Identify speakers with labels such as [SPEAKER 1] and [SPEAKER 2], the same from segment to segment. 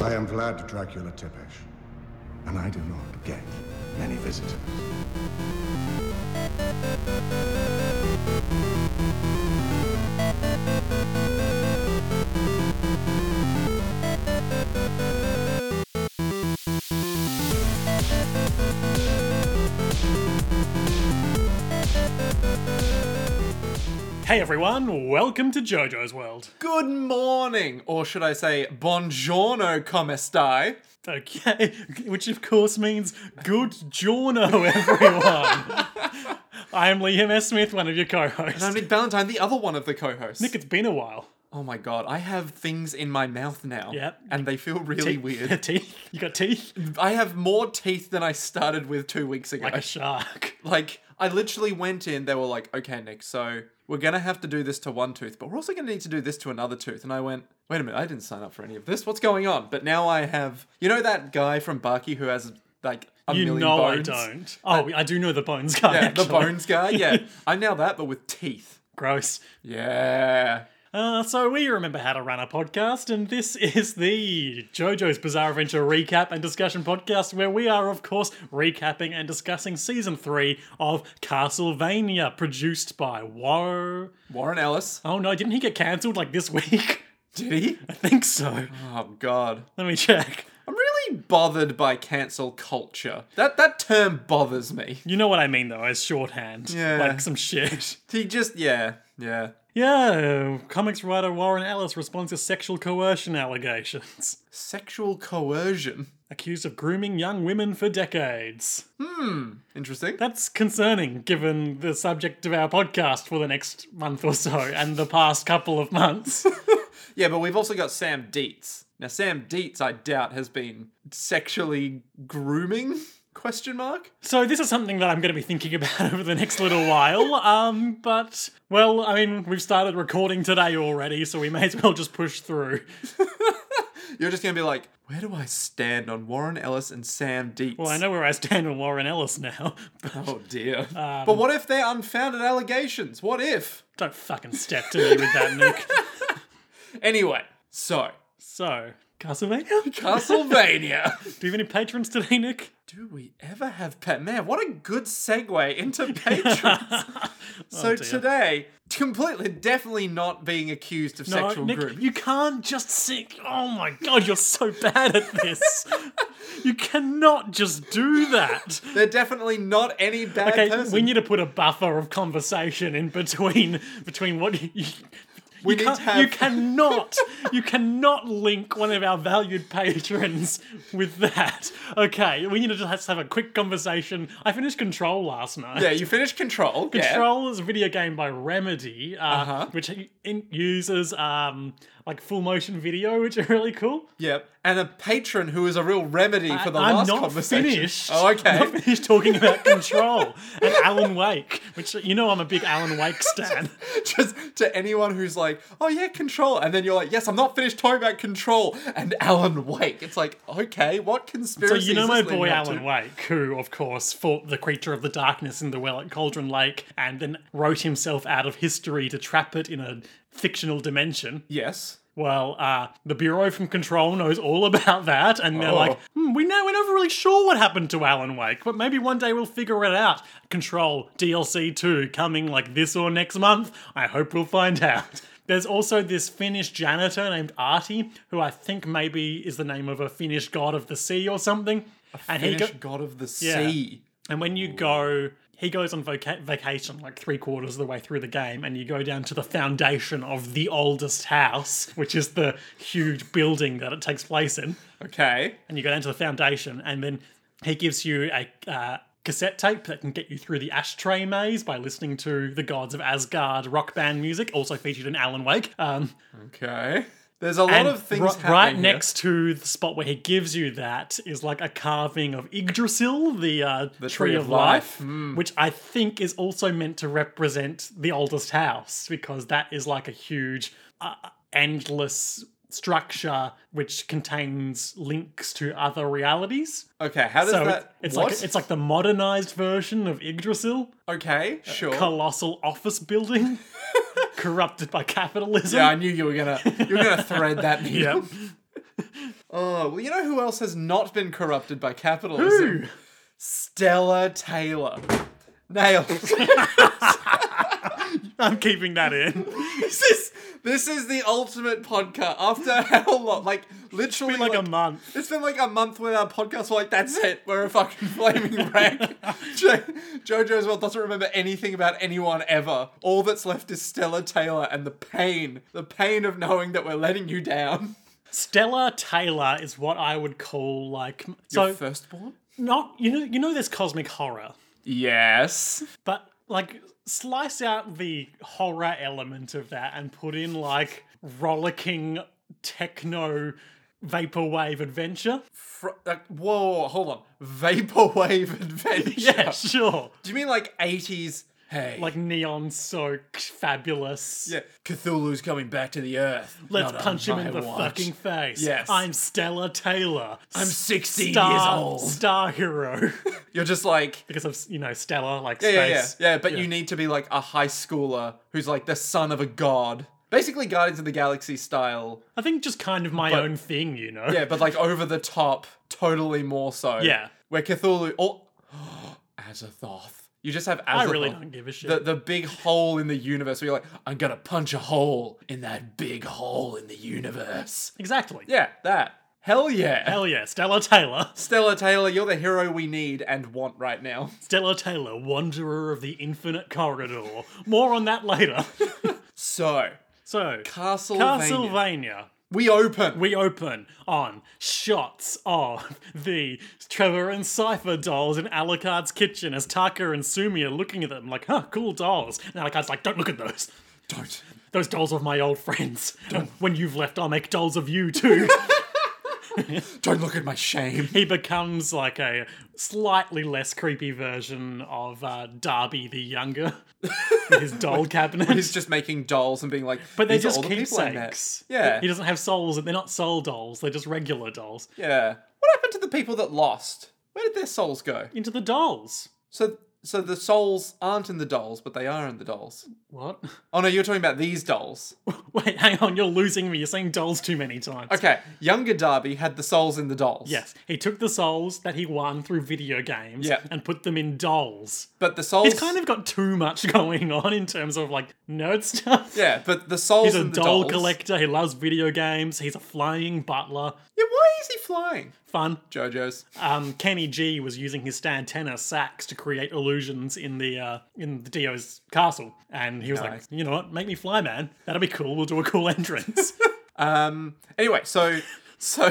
[SPEAKER 1] I am Vlad Dracula Tepesh, and I do not get many visitors.
[SPEAKER 2] Hey everyone, welcome to JoJo's World.
[SPEAKER 3] Good morning, or should I say, buongiorno, come stai?
[SPEAKER 2] Okay, which of course means good giorno, everyone. I'm Liam S. Smith, one of your co-hosts.
[SPEAKER 3] I'm Nick Valentine, the other one of the co-hosts.
[SPEAKER 2] Nick, it's been a while.
[SPEAKER 3] oh my god, I have things in my mouth now.
[SPEAKER 2] Yep.
[SPEAKER 3] And they feel really weird.
[SPEAKER 2] teeth? You got teeth?
[SPEAKER 3] I have more teeth than I started with two weeks ago.
[SPEAKER 2] Like a shark.
[SPEAKER 3] Like, I literally went in, they were like, okay, Nick, so we're gonna have to do this to one tooth, but we're also gonna need to do this to another tooth. And I went, wait a minute, I didn't sign up for any of this. What's going on? But now I have, you know, that guy from Barky who has like a
[SPEAKER 2] You
[SPEAKER 3] million
[SPEAKER 2] know
[SPEAKER 3] bones?
[SPEAKER 2] I don't. Oh, I do know the bones guy.
[SPEAKER 3] Yeah,
[SPEAKER 2] actually.
[SPEAKER 3] the bones guy. Yeah, I'm now that, but with teeth.
[SPEAKER 2] Gross.
[SPEAKER 3] Yeah.
[SPEAKER 2] Uh, so we remember how to run a podcast, and this is the JoJo's Bizarre Adventure recap and discussion podcast, where we are, of course, recapping and discussing season three of Castlevania, produced by Whoa.
[SPEAKER 3] Warren Ellis.
[SPEAKER 2] Oh no, didn't he get cancelled like this week?
[SPEAKER 3] Did he?
[SPEAKER 2] I think so.
[SPEAKER 3] Oh God.
[SPEAKER 2] Let me check.
[SPEAKER 3] I'm really bothered by cancel culture. That that term bothers me.
[SPEAKER 2] You know what I mean, though, as shorthand,
[SPEAKER 3] Yeah.
[SPEAKER 2] like some shit.
[SPEAKER 3] He just yeah yeah.
[SPEAKER 2] Yeah, comics writer Warren Ellis responds to sexual coercion allegations,
[SPEAKER 3] Sexual coercion.
[SPEAKER 2] accused of grooming young women for decades.
[SPEAKER 3] Interesting.
[SPEAKER 2] That's concerning given the subject of our podcast for the next month or so and the past couple of months.
[SPEAKER 3] Yeah, but we've also got Sam Dietz. Now Sam Dietz, I doubt, has been sexually grooming? Question mark.
[SPEAKER 2] so this is something that I'm going to be thinking about over the next little while. Um but well, I mean, we've started recording today already, so we may as well just push through.
[SPEAKER 3] You're just gonna be like, where do I stand on Warren Ellis and Sam Dietz?
[SPEAKER 2] Well, I know where I stand on Warren Ellis now. But
[SPEAKER 3] Oh dear. but what if they're unfounded allegations? What if?
[SPEAKER 2] don't fucking step to me with that, Nick.
[SPEAKER 3] Anyway, so
[SPEAKER 2] So, Castlevania?
[SPEAKER 3] Castlevania.
[SPEAKER 2] Do you have any patrons today, Nick?
[SPEAKER 3] Do we ever have pet man? What a good segue into patrons. so
[SPEAKER 2] Oh, dear.
[SPEAKER 3] today, completely, definitely not being accused of
[SPEAKER 2] No,
[SPEAKER 3] sexual
[SPEAKER 2] Nick,
[SPEAKER 3] grooming.
[SPEAKER 2] you can't just sink. Oh my god, you're so bad at this. you cannot just do that.
[SPEAKER 3] They're definitely not any bad
[SPEAKER 2] Okay,
[SPEAKER 3] person.
[SPEAKER 2] we need to put a buffer of conversation in between between what you. you
[SPEAKER 3] We
[SPEAKER 2] you
[SPEAKER 3] need
[SPEAKER 2] can't-
[SPEAKER 3] to have-
[SPEAKER 2] You cannot, you cannot link one of our valued patrons with that. Okay, we need to just have a quick conversation. I finished Control last night.
[SPEAKER 3] yeah, you finished control. Yeah. Uh-huh.
[SPEAKER 2] Control is a video game by Remedy, uh, which in- uses um, like full motion video, which are really cool.
[SPEAKER 3] Yep. And a patron who is a real remedy for the
[SPEAKER 2] I'm
[SPEAKER 3] last
[SPEAKER 2] not
[SPEAKER 3] conversation.
[SPEAKER 2] finished.
[SPEAKER 3] Oh,
[SPEAKER 2] I'm
[SPEAKER 3] okay.
[SPEAKER 2] not finished talking about Control and Alan Wake, which you know I'm a big Alan Wake stan.
[SPEAKER 3] just to anyone who's like, oh yeah, control. And then you're like, yes, I'm not finished talking about control and Alan Wake. It's like, okay, what
[SPEAKER 2] So
[SPEAKER 3] conspiracy
[SPEAKER 2] you know
[SPEAKER 3] is
[SPEAKER 2] my
[SPEAKER 3] this leading
[SPEAKER 2] boy
[SPEAKER 3] up to?
[SPEAKER 2] Alan Wake, who of course fought the creature of the darkness in the well at Cauldron Lake, and then wrote himself out of history to trap it in a fictional dimension.
[SPEAKER 3] Yes.
[SPEAKER 2] Well, uh, the Bureau from Control knows all about that, and they're like, hmm, we know, we're never really sure what happened to Alan Wake, but maybe one day we'll figure it out. Control DLC 2 coming like this or next month. I hope we'll find out. There's also this Finnish janitor named Artie, who I think maybe is the name of a Finnish god of the sea or something. and he
[SPEAKER 3] Finnish
[SPEAKER 2] go-
[SPEAKER 3] god of the
[SPEAKER 2] Yeah.
[SPEAKER 3] sea.
[SPEAKER 2] and when you go, he goes on voca- vacation like three quarters of the way through the game, and you go down to the foundation of the oldest house, which is the huge building that it takes place in.
[SPEAKER 3] Okay.
[SPEAKER 2] And you go down to the foundation, and then he gives you a uh, cassette tape that can get you through the ashtray maze by listening to the gods of Asgard rock band music, also featured in Alan Wake. Um,
[SPEAKER 3] Okay. There's a lot
[SPEAKER 2] and
[SPEAKER 3] of things
[SPEAKER 2] ri-
[SPEAKER 3] happening
[SPEAKER 2] right
[SPEAKER 3] here.
[SPEAKER 2] next to the spot where he gives you that is like a carving of Yggdrasil, the, uh, tree, of, life,
[SPEAKER 3] Hmm.
[SPEAKER 2] which I think is also meant to represent the oldest house because that is like a huge, uh, endless structure which contains links to other realities.
[SPEAKER 3] Okay, how does
[SPEAKER 2] So it-
[SPEAKER 3] that?
[SPEAKER 2] it's
[SPEAKER 3] what?
[SPEAKER 2] like it's like the modernized version of Yggdrasil,
[SPEAKER 3] okay, sure.
[SPEAKER 2] colossal office building corrupted by capitalism.
[SPEAKER 3] yeah, I knew you were gonna you were gonna thread that.
[SPEAKER 2] Yep.
[SPEAKER 3] Oh, well, you know who else has not been corrupted by
[SPEAKER 2] Who?
[SPEAKER 3] capitalism? Stella Taylor. Nails.
[SPEAKER 2] I'm keeping that in.
[SPEAKER 3] this is this is the ultimate podcast. After how long? Like literally,
[SPEAKER 2] Been like a month.
[SPEAKER 3] It's been like a month without podcasts. We're like, that's it. We're a fucking flaming wreck. jo- Jojo's World doesn't remember anything about anyone ever. All that's left is Stella Taylor and the pain, the pain of knowing that we're letting you down.
[SPEAKER 2] Stella Taylor is what I would call like so
[SPEAKER 3] Your firstborn?
[SPEAKER 2] not you know you know there's cosmic horror,
[SPEAKER 3] Yes.
[SPEAKER 2] but like slice out the horror element of that and put in like rollicking techno vaporwave adventure.
[SPEAKER 3] Fr- like, whoa, hold on. Vaporwave adventure.
[SPEAKER 2] Yeah, sure.
[SPEAKER 3] Do you mean like 80s? Hey.
[SPEAKER 2] Like neon soaked, fabulous.
[SPEAKER 3] yeah. Cthulhu's coming back to the earth.
[SPEAKER 2] Let's
[SPEAKER 3] Not on
[SPEAKER 2] punch him in
[SPEAKER 3] my
[SPEAKER 2] the
[SPEAKER 3] watch.
[SPEAKER 2] fucking face.
[SPEAKER 3] Yes.
[SPEAKER 2] I'm Stella Taylor.
[SPEAKER 3] I'm 16
[SPEAKER 2] star,
[SPEAKER 3] years old.
[SPEAKER 2] Star hero.
[SPEAKER 3] You're just like
[SPEAKER 2] because of you know Stella like
[SPEAKER 3] yeah, yeah,
[SPEAKER 2] space.
[SPEAKER 3] yeah. But you need to be like a high schooler who's like the son of a god, basically Guardians of the Galaxy style.
[SPEAKER 2] I think just kind of my own thing, you know.
[SPEAKER 3] Yeah, but like over the top, totally more so.
[SPEAKER 2] Yeah.
[SPEAKER 3] where Cthulhu or Azathoth. You just have Azathoth.
[SPEAKER 2] I really don't give a shit.
[SPEAKER 3] the, the big hole in the universe where you're like, I'm gonna punch a hole in that big hole in the universe.
[SPEAKER 2] exactly.
[SPEAKER 3] Yeah, that. Hell yeah.
[SPEAKER 2] Hell yeah, Stella Taylor.
[SPEAKER 3] Stella Taylor, you're the hero we need and want right now.
[SPEAKER 2] Stella Taylor, Wanderer of the Infinite Corridor. More on that later.
[SPEAKER 3] So,
[SPEAKER 2] So,
[SPEAKER 3] Castlevania.
[SPEAKER 2] Castlevania.
[SPEAKER 3] We open.
[SPEAKER 2] We open on shots of the Trevor and Cypher dolls in Alucard's kitchen as Taka and Sumi are looking at them like, huh, cool dolls. And Alucard's like, don't look at those.
[SPEAKER 3] Don't.
[SPEAKER 2] Those dolls of my old friends. And when you've left, I'll make dolls of you too.
[SPEAKER 3] Don't look at my shame.
[SPEAKER 2] he becomes like a slightly less creepy version of uh, Darby the Younger with his doll cabinet.
[SPEAKER 3] He's just making dolls and being like,
[SPEAKER 2] but they're
[SPEAKER 3] "These are all
[SPEAKER 2] just
[SPEAKER 3] the people I met."
[SPEAKER 2] keepsakes.
[SPEAKER 3] Yeah,
[SPEAKER 2] He doesn't have souls, and they're not soul dolls, they're just regular dolls.
[SPEAKER 3] yeah. What happened to the people that lost? Where did their souls go?
[SPEAKER 2] Into the dolls.
[SPEAKER 3] So, so the souls aren't in the dolls, but they are in the dolls.
[SPEAKER 2] What?
[SPEAKER 3] Oh no, you're talking about these dolls.
[SPEAKER 2] Wait, hang on, you're losing me. You're saying dolls too many times.
[SPEAKER 3] Okay, younger Darby had the souls in the dolls.
[SPEAKER 2] Yes, he took the souls that he won through video games
[SPEAKER 3] Yeah.
[SPEAKER 2] and put them in dolls.
[SPEAKER 3] but the souls
[SPEAKER 2] He's kind of got too much going on in terms of like nerd stuff.
[SPEAKER 3] yeah, but the souls
[SPEAKER 2] He's a
[SPEAKER 3] in the
[SPEAKER 2] doll
[SPEAKER 3] dolls.
[SPEAKER 2] collector. He loves video games. He's a flying butler.
[SPEAKER 3] Yeah, why is he flying?
[SPEAKER 2] Fun.
[SPEAKER 3] Jojo's.
[SPEAKER 2] Um, Kenny G was using his stand tenor sax to create illusions in the uh, in the Dio's castle, and he was
[SPEAKER 3] Nice.
[SPEAKER 2] like, "You know what? Make me fly, man. That'll be cool. We'll do a cool entrance."
[SPEAKER 3] Um. Anyway, so so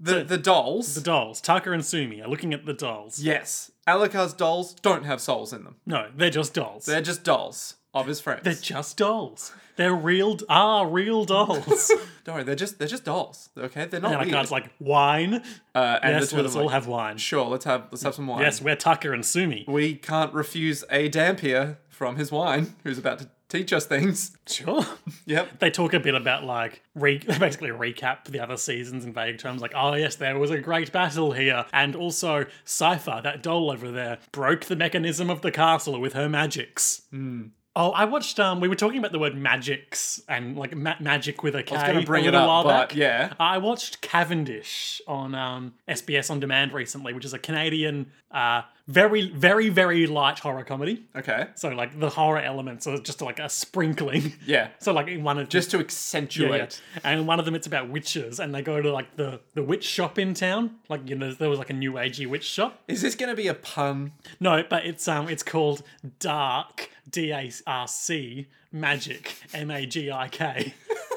[SPEAKER 3] the the dolls.
[SPEAKER 2] the dolls, Taka and Sumi, are looking at the dolls.
[SPEAKER 3] yes, Alucard's dolls don't have souls in them.
[SPEAKER 2] No, they're just dolls.
[SPEAKER 3] They're just dolls of his friends.
[SPEAKER 2] They're just dolls. They're real. Ah, real dolls.
[SPEAKER 3] Don't worry, they're just they're just dolls. Okay, they're not
[SPEAKER 2] and I
[SPEAKER 3] weird.
[SPEAKER 2] can't like wine.
[SPEAKER 3] uh, and
[SPEAKER 2] yes,
[SPEAKER 3] the two of
[SPEAKER 2] let's
[SPEAKER 3] them
[SPEAKER 2] all
[SPEAKER 3] like,
[SPEAKER 2] have wine.
[SPEAKER 3] sure. Let's have let's have some wine.
[SPEAKER 2] Yes, we're Tucker and Sumi.
[SPEAKER 3] we can't refuse a Dampier from his wine, who's about to teach us things.
[SPEAKER 2] Sure.
[SPEAKER 3] Yep.
[SPEAKER 2] they talk a bit about like re- they basically recap the other seasons in vague terms like oh yes there was a great battle here and also cypher that doll over there broke the mechanism of the castle with her magics
[SPEAKER 3] Hmm.
[SPEAKER 2] oh i watched um we were talking about the word magics and like ma- magic with a k
[SPEAKER 3] I was gonna bring
[SPEAKER 2] a
[SPEAKER 3] it
[SPEAKER 2] little while
[SPEAKER 3] up, but
[SPEAKER 2] back
[SPEAKER 3] yeah,
[SPEAKER 2] I watched Cavendish on um, SBS On Demand recently, which is a Canadian, uh, very, very, very light horror comedy.
[SPEAKER 3] okay,
[SPEAKER 2] So, like, the horror elements are just like a sprinkling.
[SPEAKER 3] yeah.
[SPEAKER 2] So, like, in one of
[SPEAKER 3] Just to
[SPEAKER 2] yeah,
[SPEAKER 3] accentuate.
[SPEAKER 2] yeah. And in one of them, it's about witches, and they go to like the the witch shop in town. Like you know, there was like a new agey witch shop.
[SPEAKER 3] Is this gonna be a pun?
[SPEAKER 2] No, but it's um, it's called Dark D A R C Magic M A G I K.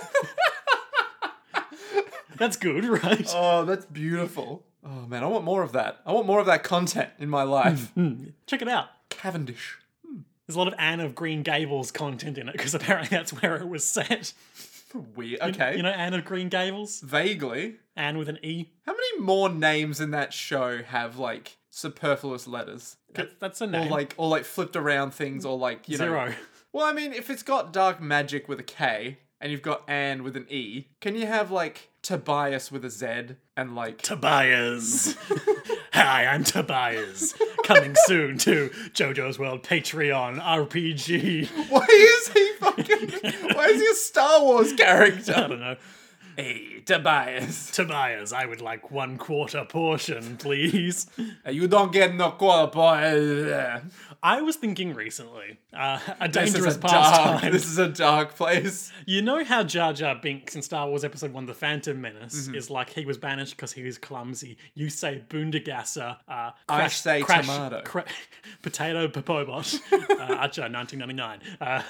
[SPEAKER 2] That's good, right?
[SPEAKER 3] Oh, that's beautiful. Oh man, I want more of that. I want more of that content in my life.
[SPEAKER 2] Check it out.
[SPEAKER 3] Cavendish.
[SPEAKER 2] There's a lot of Anne of Green Gables content in it because apparently that's where it was set.
[SPEAKER 3] Weird. Okay.
[SPEAKER 2] You know, Anne of Green Gables,
[SPEAKER 3] Vaguely.
[SPEAKER 2] Anne with an E.
[SPEAKER 3] How many more names in that show have like superfluous letters?
[SPEAKER 2] That, that's a
[SPEAKER 3] Or
[SPEAKER 2] name.
[SPEAKER 3] like or like flipped around things or like you know
[SPEAKER 2] Zero.
[SPEAKER 3] Well I mean if it's got dark magic with a K and you've got Anne with an E, can you have like Tobias with a Z and like
[SPEAKER 2] Tobias. Hi, I'm Tobias. Coming soon to JoJo's World Patreon RPG.
[SPEAKER 3] Why is he fucking Why is he a Star Wars
[SPEAKER 2] I
[SPEAKER 3] character?
[SPEAKER 2] don't know.
[SPEAKER 3] Hey, Tobias.
[SPEAKER 2] Tobias, I would like one quarter portion, please.
[SPEAKER 3] Uh, You don't get no quarter point.
[SPEAKER 2] I was thinking recently, uh, a
[SPEAKER 3] This is
[SPEAKER 2] dangerous
[SPEAKER 3] a dark.
[SPEAKER 2] pastime.
[SPEAKER 3] This is a dark place.
[SPEAKER 2] You know how Jar Jar Binks in Star Wars Episode 1 The Phantom Menace
[SPEAKER 3] Mm-hmm.
[SPEAKER 2] is like he was banished because he was clumsy. You say Boondagasser. Uh, crash,
[SPEAKER 3] say
[SPEAKER 2] crash,
[SPEAKER 3] tomato.
[SPEAKER 2] Cra- potato Popobot. uh, Archer 1999. Uh,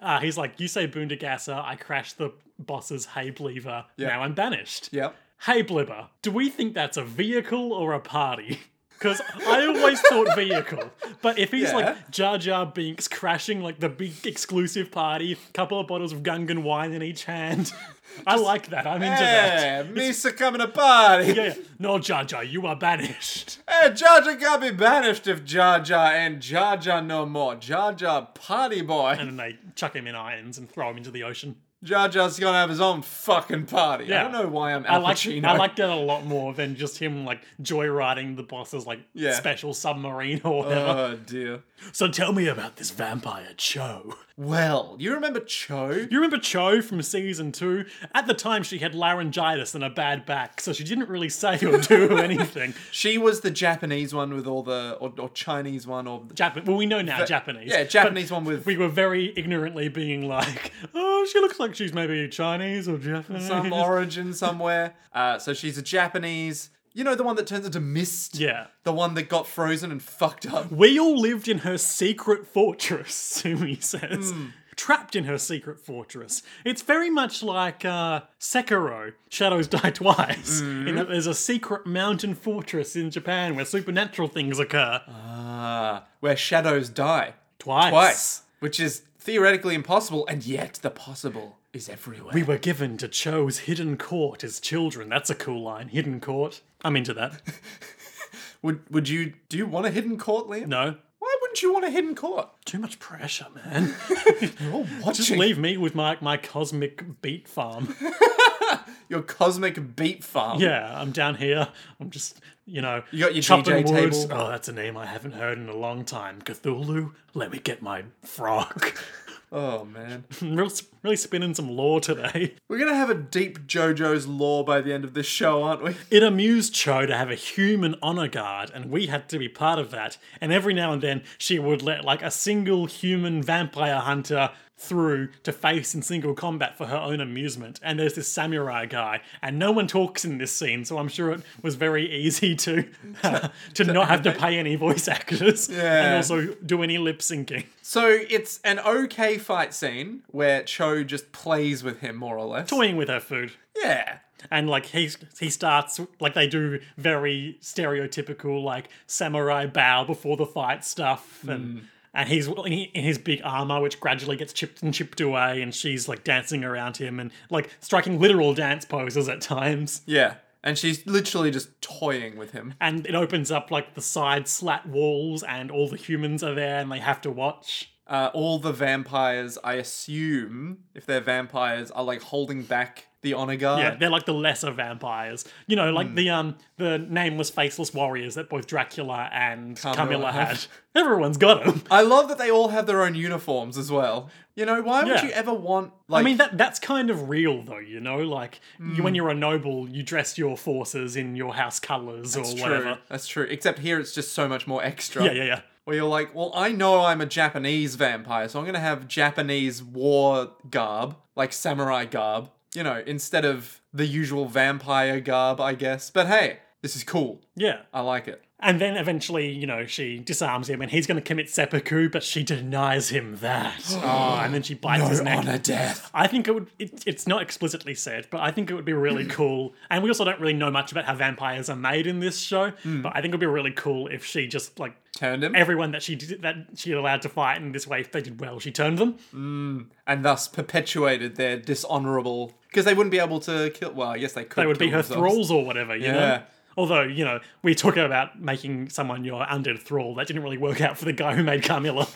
[SPEAKER 2] uh, he's like, you say Boondagasser, I crashed the boss's hay bleaver, now I'm banished.
[SPEAKER 3] Yep.
[SPEAKER 2] Hey Blibber, do we think that's a vehicle or a party? Because I always thought vehicle. But if he's
[SPEAKER 3] Yeah.
[SPEAKER 2] like Jar Jar Binks crashing like the big exclusive party, couple of bottles of Gungan wine in each hand, I like that. I'm into that.
[SPEAKER 3] Hey, Misa coming to party.
[SPEAKER 2] Yeah, yeah. No, Jar Jar, you are banished.
[SPEAKER 3] Hey, Jar Jar got me banished if Jar Jar and Jar Jar no more. Jar Jar party boy.
[SPEAKER 2] And they chuck him in irons and throw him into the ocean.
[SPEAKER 3] Jar Jar's gonna have his own fucking party. I
[SPEAKER 2] Yeah.
[SPEAKER 3] don't know why I'm
[SPEAKER 2] I
[SPEAKER 3] Al
[SPEAKER 2] like
[SPEAKER 3] Pacino.
[SPEAKER 2] I like that a lot more than just him like joyriding the boss's like
[SPEAKER 3] Yeah.
[SPEAKER 2] special submarine or whatever.
[SPEAKER 3] Oh dear.
[SPEAKER 2] so tell me about this vampire Cho.
[SPEAKER 3] Well, you remember Cho?
[SPEAKER 2] You remember Cho from season two? At the time, she had laryngitis and a bad back, so she didn't really say or do anything.
[SPEAKER 3] She was the Japanese one with all the or, or Chinese one or
[SPEAKER 2] Japan. Well, we know now Japanese.
[SPEAKER 3] yeah
[SPEAKER 2] but
[SPEAKER 3] Japanese one with
[SPEAKER 2] We were very ignorantly being like, "Oh, she looks like she's maybe Chinese or Japanese."
[SPEAKER 3] some origin somewhere. Uh, so she's a Japanese. You know the one that turns into mist.
[SPEAKER 2] yeah.
[SPEAKER 3] The one that got frozen and fucked up.
[SPEAKER 2] We all lived in her secret fortress, Sumi says.
[SPEAKER 3] Hmm.
[SPEAKER 2] Trapped in her secret fortress. It's very much like uh, Sekiro, Shadows Die Twice, in
[SPEAKER 3] Hmm.
[SPEAKER 2] that there's a secret mountain fortress in Japan where supernatural things occur.
[SPEAKER 3] Ah, where shadows die
[SPEAKER 2] Twice.
[SPEAKER 3] twice, which is theoretically impossible, and yet the possible is everywhere.
[SPEAKER 2] We were given to Cho's hidden court as children. That's a cool line. Hidden court. I'm into that.
[SPEAKER 3] would would you do you want a hidden court, Liam?
[SPEAKER 2] No.
[SPEAKER 3] Why wouldn't you want a hidden court?
[SPEAKER 2] Too much pressure, man.
[SPEAKER 3] Oh,
[SPEAKER 2] Just
[SPEAKER 3] watching
[SPEAKER 2] leave me with my, my cosmic beat farm.
[SPEAKER 3] your cosmic beat farm.
[SPEAKER 2] Yeah, I'm down here. I'm just, you know,
[SPEAKER 3] You got your
[SPEAKER 2] chopping
[SPEAKER 3] DJ
[SPEAKER 2] wood.
[SPEAKER 3] table.
[SPEAKER 2] Oh, that's a name I haven't heard in a long time. Cthulhu, let me get my frog.
[SPEAKER 3] Oh man,
[SPEAKER 2] I'm real- really spinning some lore today.
[SPEAKER 3] we're gonna have a deep JoJo's lore by the end of this show, aren't we?
[SPEAKER 2] It amused Cho to have a human honor guard, and we had to be part of that. And every now and then, she would let like a single human vampire hunter through to face in single combat for her own amusement. And there's this samurai guy, and no one talks in this scene, so I'm sure it was very easy to to not have to pay any voice actors
[SPEAKER 3] Yeah.
[SPEAKER 2] and also do any lip syncing.
[SPEAKER 3] So it's an okay fight scene where Cho just plays with him more or less.
[SPEAKER 2] Toying with her food.
[SPEAKER 3] Yeah.
[SPEAKER 2] and like he he starts like they do very stereotypical like samurai bow before the fight stuff and and he's in he- in his big armor which gradually gets chipped and chipped away and she's like dancing around him and like striking literal dance poses at times
[SPEAKER 3] Yeah. And she's literally just toying with him.
[SPEAKER 2] and it opens up like the side slat walls and all the humans are there and they have to watch
[SPEAKER 3] Uh, all the vampires, I assume, if they're vampires, are like holding back the honor guard.
[SPEAKER 2] Yeah, they're like the lesser vampires. You know, like the um the nameless, faceless warriors that both Dracula and Camilla
[SPEAKER 3] had.
[SPEAKER 2] had. Everyone's got them.
[SPEAKER 3] I love that they all have their own uniforms as well. You know, why would
[SPEAKER 2] Yeah.
[SPEAKER 3] you ever want like Mm.
[SPEAKER 2] I mean that that's kind of real though, you know. Like you, when you're a noble, you dress your forces in your house colours or
[SPEAKER 3] That's
[SPEAKER 2] whatever.
[SPEAKER 3] True. That's true. Except here it's just so much more extra.
[SPEAKER 2] Yeah, yeah, yeah.
[SPEAKER 3] Where you're like, well, I know I'm a Japanese vampire, so I'm gonna have Japanese war garb, like samurai garb, you know, instead of the usual vampire garb, I guess. But hey, this is cool.
[SPEAKER 2] Yeah.
[SPEAKER 3] I like it.
[SPEAKER 2] And then eventually, you know, she disarms him and he's going to commit seppuku, but she denies him that. oh, and then she bites his neck.
[SPEAKER 3] honor death.
[SPEAKER 2] I think it would. It, it's not explicitly said, but I think it would be really
[SPEAKER 3] Mm.
[SPEAKER 2] cool. And we also don't really know much about how vampires are made in this show.
[SPEAKER 3] Mm.
[SPEAKER 2] But I think it would be really cool if she just like
[SPEAKER 3] Turned him.
[SPEAKER 2] everyone that she did, that she allowed to fight in this way, if they did well, she turned them.
[SPEAKER 3] and thus perpetuated their dishonorable because they wouldn't be able to kill well i guess they could
[SPEAKER 2] they would be her thralls or whatever, you
[SPEAKER 3] Yeah.
[SPEAKER 2] know? Although, you know, we talk about making someone your undead thrall. That didn't really work out for the guy who made Carmilla.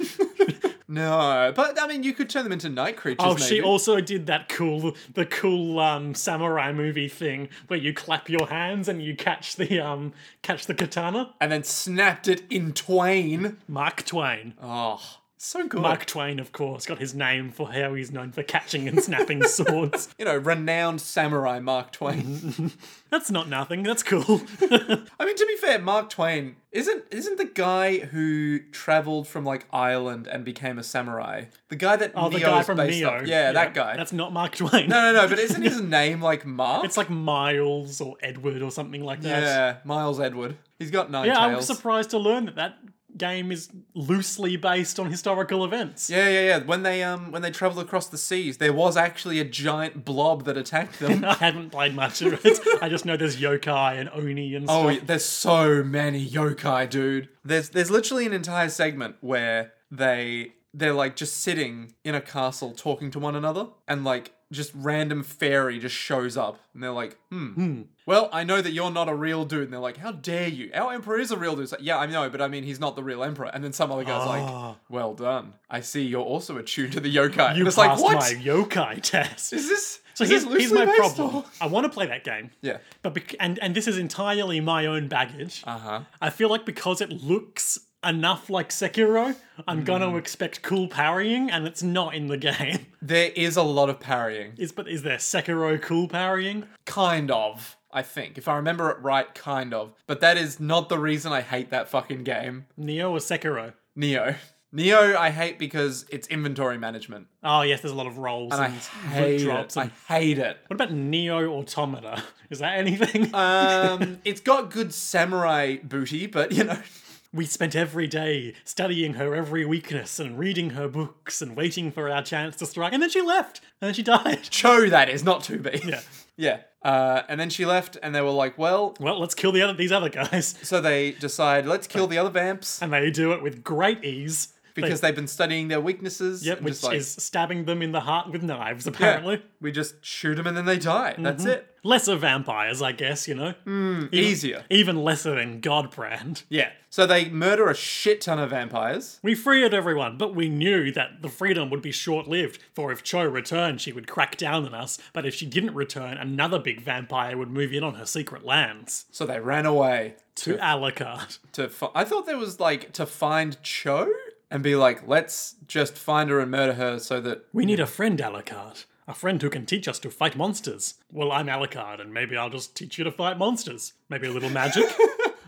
[SPEAKER 3] no but i mean you could turn them into night creatures
[SPEAKER 2] oh,
[SPEAKER 3] maybe.
[SPEAKER 2] she also did that cool, the cool um, samurai movie thing where you clap your hands and you catch the um, catch the katana.
[SPEAKER 3] and then snapped it in twain
[SPEAKER 2] Mark Twain.
[SPEAKER 3] oh So good.
[SPEAKER 2] Mark Twain, of course, got his name for how he's known for catching and snapping swords.
[SPEAKER 3] You know, renowned samurai Mark
[SPEAKER 2] Mm-hmm.
[SPEAKER 3] Twain.
[SPEAKER 2] That's not nothing. That's cool.
[SPEAKER 3] I mean, to be fair, Mark Twain isn't isn't the guy who traveled from like Ireland and became a samurai. The guy that
[SPEAKER 2] Oh, the
[SPEAKER 3] Neo's
[SPEAKER 2] guy from
[SPEAKER 3] based
[SPEAKER 2] Neo.
[SPEAKER 3] off. Yeah, that guy.
[SPEAKER 2] That's not Mark Twain.
[SPEAKER 3] No, no, no. But isn't his name like Mark?
[SPEAKER 2] It's like Miles or Edward or something like that.
[SPEAKER 3] yeah, Miles Edward. He's got nine
[SPEAKER 2] Yeah, I was
[SPEAKER 3] tails.
[SPEAKER 2] surprised to learn that that game is loosely based on historical events.
[SPEAKER 3] yeah, yeah, yeah. When they um when they traveled across the seas, there was actually a giant blob that attacked them.
[SPEAKER 2] I haven't played much of it. I just know there's yokai and oni and stuff.
[SPEAKER 3] Oh, yeah, there's so many yokai, dude. There's there's literally an entire segment where they they're like just sitting in a castle talking to one another, and like just random fairy just shows up, and they're like, hmm. Well, I know that you're not a real dude, and they're like, "How dare you? Our emperor is a real dude." It's like, yeah, I know, but I mean, he's not the real emperor. And then some other guy's like,
[SPEAKER 2] Ah.
[SPEAKER 3] "Well done. I see you're also attuned to the yokai."
[SPEAKER 2] you
[SPEAKER 3] and it's
[SPEAKER 2] passed
[SPEAKER 3] like, what is
[SPEAKER 2] my yokai test.
[SPEAKER 3] this?
[SPEAKER 2] So
[SPEAKER 3] is
[SPEAKER 2] here's,
[SPEAKER 3] this
[SPEAKER 2] here's my
[SPEAKER 3] loosely based
[SPEAKER 2] problem.
[SPEAKER 3] or-
[SPEAKER 2] I want to play that game.
[SPEAKER 3] Yeah.
[SPEAKER 2] But bec- and and this is entirely my own baggage.
[SPEAKER 3] Uh huh.
[SPEAKER 2] I feel like because it looks enough like Sekiro,
[SPEAKER 3] Hmm.
[SPEAKER 2] I'm gonna expect cool parrying, and it's not in the game.
[SPEAKER 3] There is a lot of parrying.
[SPEAKER 2] Is but is there Sekiro cool parrying?
[SPEAKER 3] Kind of, I think. If I remember it right, kind of. But that is not the reason I hate that fucking game.
[SPEAKER 2] Neo or Sekiro?
[SPEAKER 3] Neo. Neo, I hate because it's inventory management.
[SPEAKER 2] Oh yes, there's a lot of rolls
[SPEAKER 3] And I
[SPEAKER 2] and, root
[SPEAKER 3] hate
[SPEAKER 2] drops.
[SPEAKER 3] it. I
[SPEAKER 2] And...
[SPEAKER 3] hate it.
[SPEAKER 2] What about Neo Automata? Is that anything?
[SPEAKER 3] Um, it's got good samurai booty, but you know,
[SPEAKER 2] we spent every day studying her every weakness and reading her books and waiting for our chance to strike, and then she left, and then she died.
[SPEAKER 3] Cho that is, not to be.
[SPEAKER 2] Yeah.
[SPEAKER 3] Yeah. Uh, and then she left, and they were like, well,
[SPEAKER 2] Well, let's kill the other these other guys,
[SPEAKER 3] so they decide, let's kill the other vamps
[SPEAKER 2] and they do it with great ease.
[SPEAKER 3] because they've been studying their weaknesses.
[SPEAKER 2] Yep,
[SPEAKER 3] and
[SPEAKER 2] which
[SPEAKER 3] just like,
[SPEAKER 2] is stabbing them in the heart with knives,
[SPEAKER 3] yeah,
[SPEAKER 2] apparently.
[SPEAKER 3] we just shoot them and then they die. That's it.
[SPEAKER 2] Lesser vampires, I guess, you know?
[SPEAKER 3] Mm. Easier.
[SPEAKER 2] Even lesser than Godbrand.
[SPEAKER 3] Yeah. So they murder a shit ton of vampires.
[SPEAKER 2] We freed everyone, but we knew that the freedom would be short lived, for if Cho returned, she would crack down on us, but if she didn't return, another big vampire would move in on her secret lands.
[SPEAKER 3] So they ran away
[SPEAKER 2] To Alucard.
[SPEAKER 3] to. Fi- I thought there was like to find Cho and be like, let's just find her and murder her so that.
[SPEAKER 2] We need a friend, Alucard. A friend who can teach us to fight monsters. Well, I'm Alucard, and maybe I'll just teach you to fight monsters. Maybe a little magic.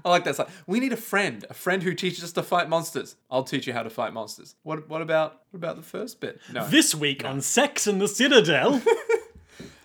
[SPEAKER 3] I like that. It's like, we need a friend, a friend who teaches us to fight monsters. I'll teach you how to fight monsters. What? What about? What about the first bit? No.
[SPEAKER 2] this week on Sex in the Citadel.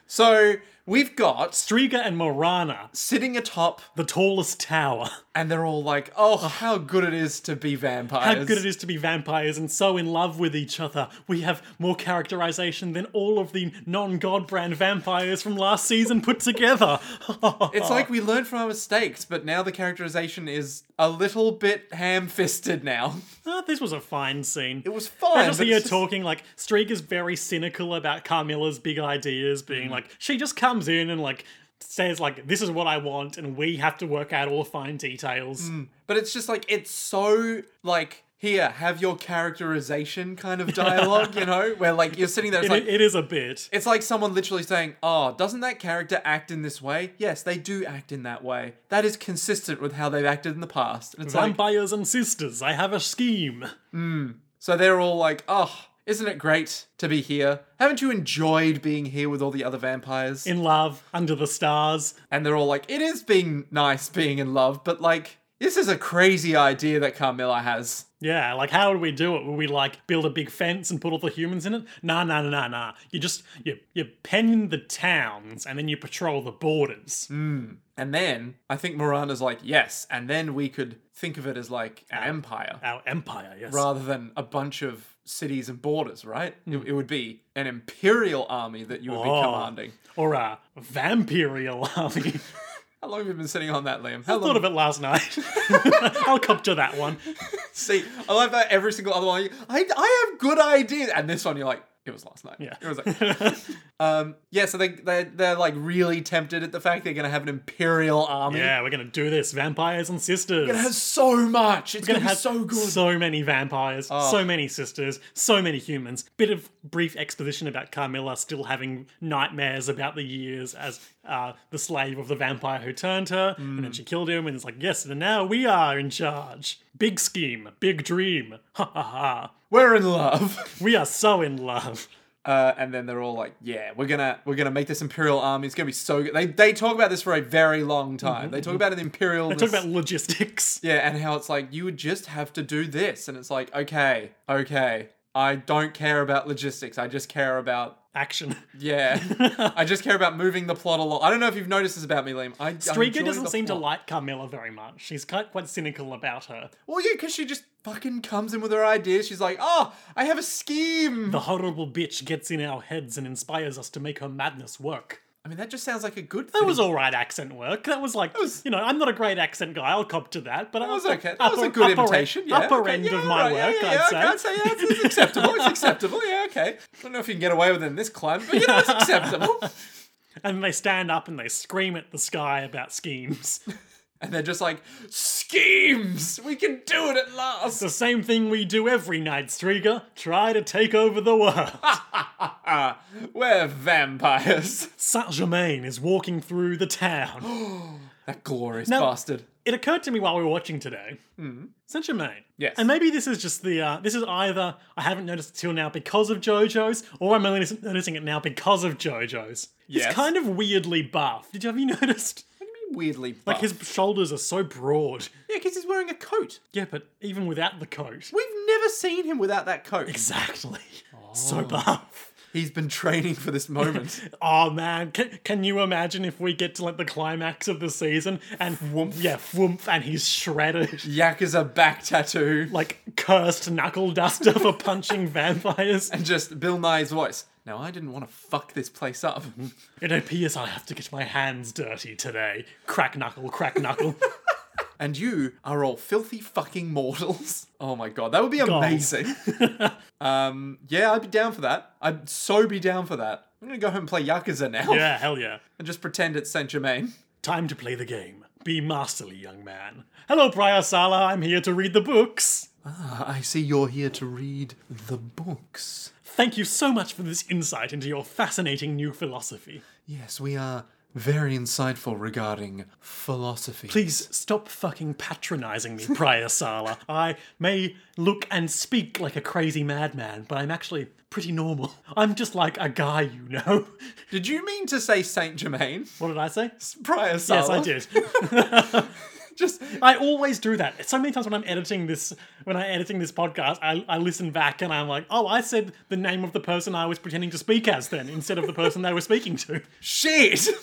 [SPEAKER 3] so we've got
[SPEAKER 2] Striga and Morana,
[SPEAKER 3] sitting atop,
[SPEAKER 2] the tallest tower.
[SPEAKER 3] and they're all like, oh, how good it is to be
[SPEAKER 2] How
[SPEAKER 3] vampires.
[SPEAKER 2] good it is to be vampires and so in love with each other. We have more characterization than all of the non god brand vampires from last season put together. Ah,
[SPEAKER 3] It's like we learned from our mistakes, but now the characterization is a little bit ham-fisted now.
[SPEAKER 2] Ah, this was a fine scene.
[SPEAKER 3] It was fine.
[SPEAKER 2] I just
[SPEAKER 3] but
[SPEAKER 2] hear
[SPEAKER 3] it's just-
[SPEAKER 2] talking like Streaker's very cynical about Carmilla's big ideas,
[SPEAKER 3] Mm.
[SPEAKER 2] being like she just comes in and like says like this is what I want, and we have to work out all the fine details.
[SPEAKER 3] But it's just like it's so like here have your characterization kind of dialogue, you know, where like you're sitting there. It's
[SPEAKER 2] It-
[SPEAKER 3] like
[SPEAKER 2] it is a bit.
[SPEAKER 3] it's like someone literally saying, "Oh, doesn't that character act in this way? Yes, they do act in that way. That is consistent with how they've acted in the past." And it's like
[SPEAKER 2] Vampires and sisters, I have a scheme.
[SPEAKER 3] so they're all like, "Oh." Isn't it great to be here? Haven't you enjoyed being here with all the other vampires?
[SPEAKER 2] In love, under the stars.
[SPEAKER 3] and they're all like, it is being nice being in love, but like, this is a crazy idea that Carmilla has.
[SPEAKER 2] Yeah, like how would we do it? Would we like build a big fence and put all the humans in it? Nah, nah, nah, nah, nah. You just you you pen in the towns and then you patrol the borders.
[SPEAKER 3] Mm. And then I think Morana's like, yes. And then we could think of it as like an empire
[SPEAKER 2] Our empire, yes.
[SPEAKER 3] rather than a bunch of cities and borders, right? It, it would be an imperial army that you would be
[SPEAKER 2] Hmm. Oh.
[SPEAKER 3] commanding.
[SPEAKER 2] Or a vampirial army.
[SPEAKER 3] How long have you been sitting on that, Liam? How long?
[SPEAKER 2] Thought of it last night. I'll cop to that one.
[SPEAKER 3] See, I like that every single other one. you- I, I have good ideas. And this one, you're like, it was last night.
[SPEAKER 2] Yeah.
[SPEAKER 3] It was like, Um, yeah, so they they they're like really tempted at the fact they're gonna have an imperial army.
[SPEAKER 2] Yeah, we're gonna do this, vampires and sisters.
[SPEAKER 3] It has so much. It's gonna,
[SPEAKER 2] It
[SPEAKER 3] be
[SPEAKER 2] has
[SPEAKER 3] so good. Oh.
[SPEAKER 2] So many vampires, so many sisters, so many humans. Bit of brief exposition about Carmilla still having nightmares about the years as uh, the slave of the vampire who turned her, and
[SPEAKER 3] Mm.
[SPEAKER 2] then she killed him, and it's like, yes, and now we are in charge. Big scheme, big dream. Ha ha ha.
[SPEAKER 3] We're in love.
[SPEAKER 2] We are so in love.
[SPEAKER 3] Uh, and then they're all like, "Yeah, we're gonna we're gonna make this imperial army. It's gonna be so good." They they talk about this for a very long time. Mm-hmm, They talk about an imperial.
[SPEAKER 2] Talk about logistics.
[SPEAKER 3] Yeah, and how it's like you would just have to do this, and it's like, okay, okay, I don't care about logistics. I just care about
[SPEAKER 2] Action.
[SPEAKER 3] yeah, I just care about moving the plot along. I don't know if you've noticed this about me, Liam. I I enjoy
[SPEAKER 2] Striga doesn't
[SPEAKER 3] the
[SPEAKER 2] seem to
[SPEAKER 3] plot.
[SPEAKER 2] like Carmilla very much. She's quite, quite cynical about her.
[SPEAKER 3] Well, yeah, because she just fucking comes in with her ideas. She's like, oh, I have a scheme.
[SPEAKER 2] The horrible bitch gets in our heads and inspires us to make her madness work.
[SPEAKER 3] I mean, that just sounds like a good thing.
[SPEAKER 2] That was all right accent work. That was like,
[SPEAKER 3] was-
[SPEAKER 2] you know, I'm not a great accent guy. I'll cop to that, but that
[SPEAKER 3] was okay. That was a good imitation. Yeah,
[SPEAKER 2] upper
[SPEAKER 3] okay,
[SPEAKER 2] end
[SPEAKER 3] yeah,
[SPEAKER 2] of my
[SPEAKER 3] right,
[SPEAKER 2] work,
[SPEAKER 3] yeah,
[SPEAKER 2] I'd
[SPEAKER 3] yeah,
[SPEAKER 2] say.
[SPEAKER 3] I'd say yeah, it's, it's acceptable. It's acceptable. Yeah, okay. I don't know if you can get away with it in this climate, but you know, it's acceptable.
[SPEAKER 2] And they stand up and they scream at the sky about schemes.
[SPEAKER 3] And they're just like, schemes! We can do it at last!
[SPEAKER 2] the same thing we do every night, Striga. Try to take over the world.
[SPEAKER 3] Ah, we're vampires.
[SPEAKER 2] Saint Germain is walking through the town.
[SPEAKER 3] That glorious
[SPEAKER 2] Now-
[SPEAKER 3] bastard.
[SPEAKER 2] it occurred to me while we were watching today. Saint Germain.
[SPEAKER 3] Mm-hmm. Yes.
[SPEAKER 2] And maybe this is just the uh, this is either I haven't noticed it till now because of JoJo's, or I'm only noticing it now because of JoJo's.
[SPEAKER 3] Yes.
[SPEAKER 2] It's kind of weirdly buff. Did you have you noticed?
[SPEAKER 3] What do you mean weirdly buff?
[SPEAKER 2] Like his shoulders are so broad.
[SPEAKER 3] Yeah, because he's wearing a coat.
[SPEAKER 2] Yeah, but even without the coat.
[SPEAKER 3] We've never seen him without that coat.
[SPEAKER 2] Exactly.
[SPEAKER 3] Oh.
[SPEAKER 2] So buff.
[SPEAKER 3] He's been training for this moment.
[SPEAKER 2] Oh man, can, can you imagine if we get to like the climax of the season and yeah, whoomp, and he's shredded.
[SPEAKER 3] Yakuza back tattoo.
[SPEAKER 2] like cursed knuckle duster for punching vampires.
[SPEAKER 3] And just Bill Nye's voice. Now, I didn't want to fuck this place up.
[SPEAKER 2] It appears I have to get my hands dirty today. Crack knuckle, crack knuckle.
[SPEAKER 3] and you are all filthy fucking mortals. Oh my god, that would be
[SPEAKER 2] Goals.
[SPEAKER 3] amazing. um, yeah, I'd be down for that. I'd so be down for that. I'm gonna go home and play Yakuza now
[SPEAKER 2] yeah, hell yeah.
[SPEAKER 3] and just pretend it's Saint Germain.
[SPEAKER 2] Time to play the game. Be masterly, young man. Hello, Prior Sala. I'm here to read the books.
[SPEAKER 3] Ah, I see you're here to read the books.
[SPEAKER 2] Thank you so much for this insight into your fascinating new philosophy.
[SPEAKER 3] Yes, we are very insightful regarding philosophy.
[SPEAKER 2] Please stop fucking patronizing me, Prior Sala. I may look and speak like a crazy madman, but I'm actually pretty normal. I'm just like a guy, you know.
[SPEAKER 3] Did you mean to say Saint Germain?
[SPEAKER 2] What did I say?
[SPEAKER 3] Prior Sala.
[SPEAKER 2] Yes, I did.
[SPEAKER 3] Just
[SPEAKER 2] I always do that. So many times when I'm editing this, when I'm editing this podcast, I, I listen back and I'm like, oh, I said the name of the person I was pretending to speak as then, instead of the person they were speaking to.
[SPEAKER 3] shit.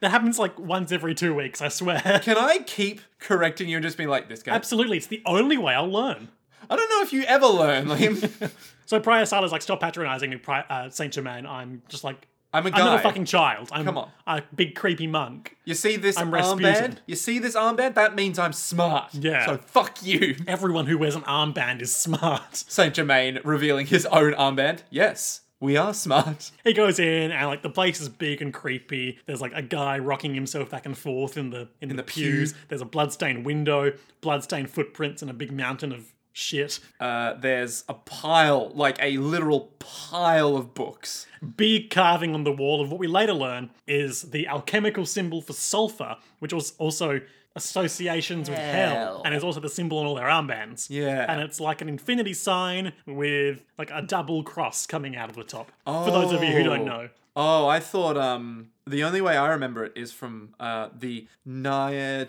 [SPEAKER 2] That happens like once every two weeks, I swear.
[SPEAKER 3] Can I keep correcting you and just be like this guy?
[SPEAKER 2] Absolutely, it's the only way I'll learn.
[SPEAKER 3] I don't know if you ever learn, Liam.
[SPEAKER 2] So Prior Sala's like, stop patronizing me, Pri- uh, Saint Germain. I'm just like,
[SPEAKER 3] I'm a guy.
[SPEAKER 2] I'm not a fucking child. I'm
[SPEAKER 3] Come on.
[SPEAKER 2] a big creepy monk.
[SPEAKER 3] You see this
[SPEAKER 2] I'm Rasputin.
[SPEAKER 3] armband? You see this armband? That means I'm smart.
[SPEAKER 2] Yeah.
[SPEAKER 3] So fuck you.
[SPEAKER 2] Everyone who wears an armband is smart.
[SPEAKER 3] Saint Germain revealing his own armband. Yes, we are smart.
[SPEAKER 2] He goes in and like the place is big and creepy. There's like a guy rocking himself back and forth in the in, the,
[SPEAKER 3] the
[SPEAKER 2] pews.
[SPEAKER 3] pew.
[SPEAKER 2] There's a bloodstained window, bloodstained footprints, and a big mountain of shit.
[SPEAKER 3] Uh, there's a pile, like a literal pile of books.
[SPEAKER 2] Big carving on the wall of what we later learn is the alchemical symbol for sulfur, which was also associations with hell,
[SPEAKER 3] Hell.
[SPEAKER 2] and is also the symbol on all their armbands.
[SPEAKER 3] Yeah.
[SPEAKER 2] and it's like an infinity sign with like a double cross coming out of the top. For those of you who don't know.
[SPEAKER 3] Oh, I thought um the only way I remember it is from uh the Naya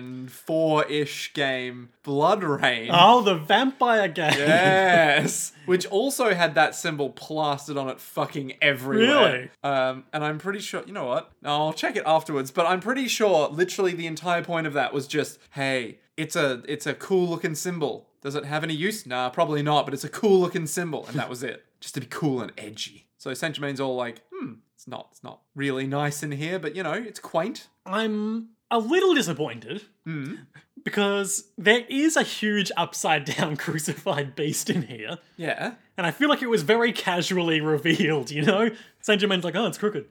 [SPEAKER 3] 2004-ish game Blood Rain.
[SPEAKER 2] Oh, the vampire game.
[SPEAKER 3] Yes, which also had that symbol plastered on it fucking everywhere.
[SPEAKER 2] Really?
[SPEAKER 3] Um, and I'm pretty sure. You know what? I'll check it afterwards. But I'm pretty sure, literally, the entire point of that was just, hey, it's a it's a cool looking symbol. Does it have any use? Nah, probably not. But it's a cool looking symbol, and that was it. Just to be cool and edgy. So Saint Germain's all like, hmm, it's not it's not really nice in here, but you know, it's quaint. Hmm.
[SPEAKER 2] I'm a little disappointed because there is a huge upside down crucified beast in here.
[SPEAKER 3] Yeah.
[SPEAKER 2] And I feel like it was very casually revealed, you know? Saint Germain's like, oh, it's crooked.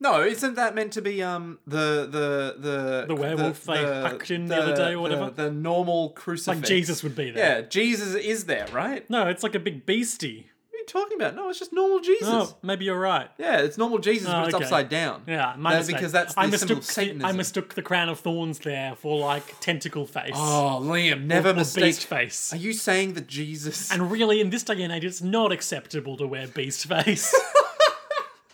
[SPEAKER 3] No, isn't that meant to be um the the the
[SPEAKER 2] The werewolf they hucked in the other day or whatever?
[SPEAKER 3] The, the normal crucifix.
[SPEAKER 2] Like Jesus would be there.
[SPEAKER 3] Yeah, Jesus is there, right?
[SPEAKER 2] No, it's like a big beastie.
[SPEAKER 3] What are you talking about? No, it's just normal Jesus.
[SPEAKER 2] Oh, maybe you're right.
[SPEAKER 3] Yeah, it's normal Jesus, but it's
[SPEAKER 2] okay.
[SPEAKER 3] upside down.
[SPEAKER 2] Yeah, my
[SPEAKER 3] That-
[SPEAKER 2] mistake.
[SPEAKER 3] because that's the
[SPEAKER 2] I
[SPEAKER 3] symbol
[SPEAKER 2] mistook
[SPEAKER 3] of Satanism.
[SPEAKER 2] I mistook the crown of thorns there for like tentacle face
[SPEAKER 3] Oh, Liam, never
[SPEAKER 2] or
[SPEAKER 3] mistake.
[SPEAKER 2] beast face.
[SPEAKER 3] Are you saying that Jesus?
[SPEAKER 2] And really, in this day and age, it's not acceptable to wear beast face.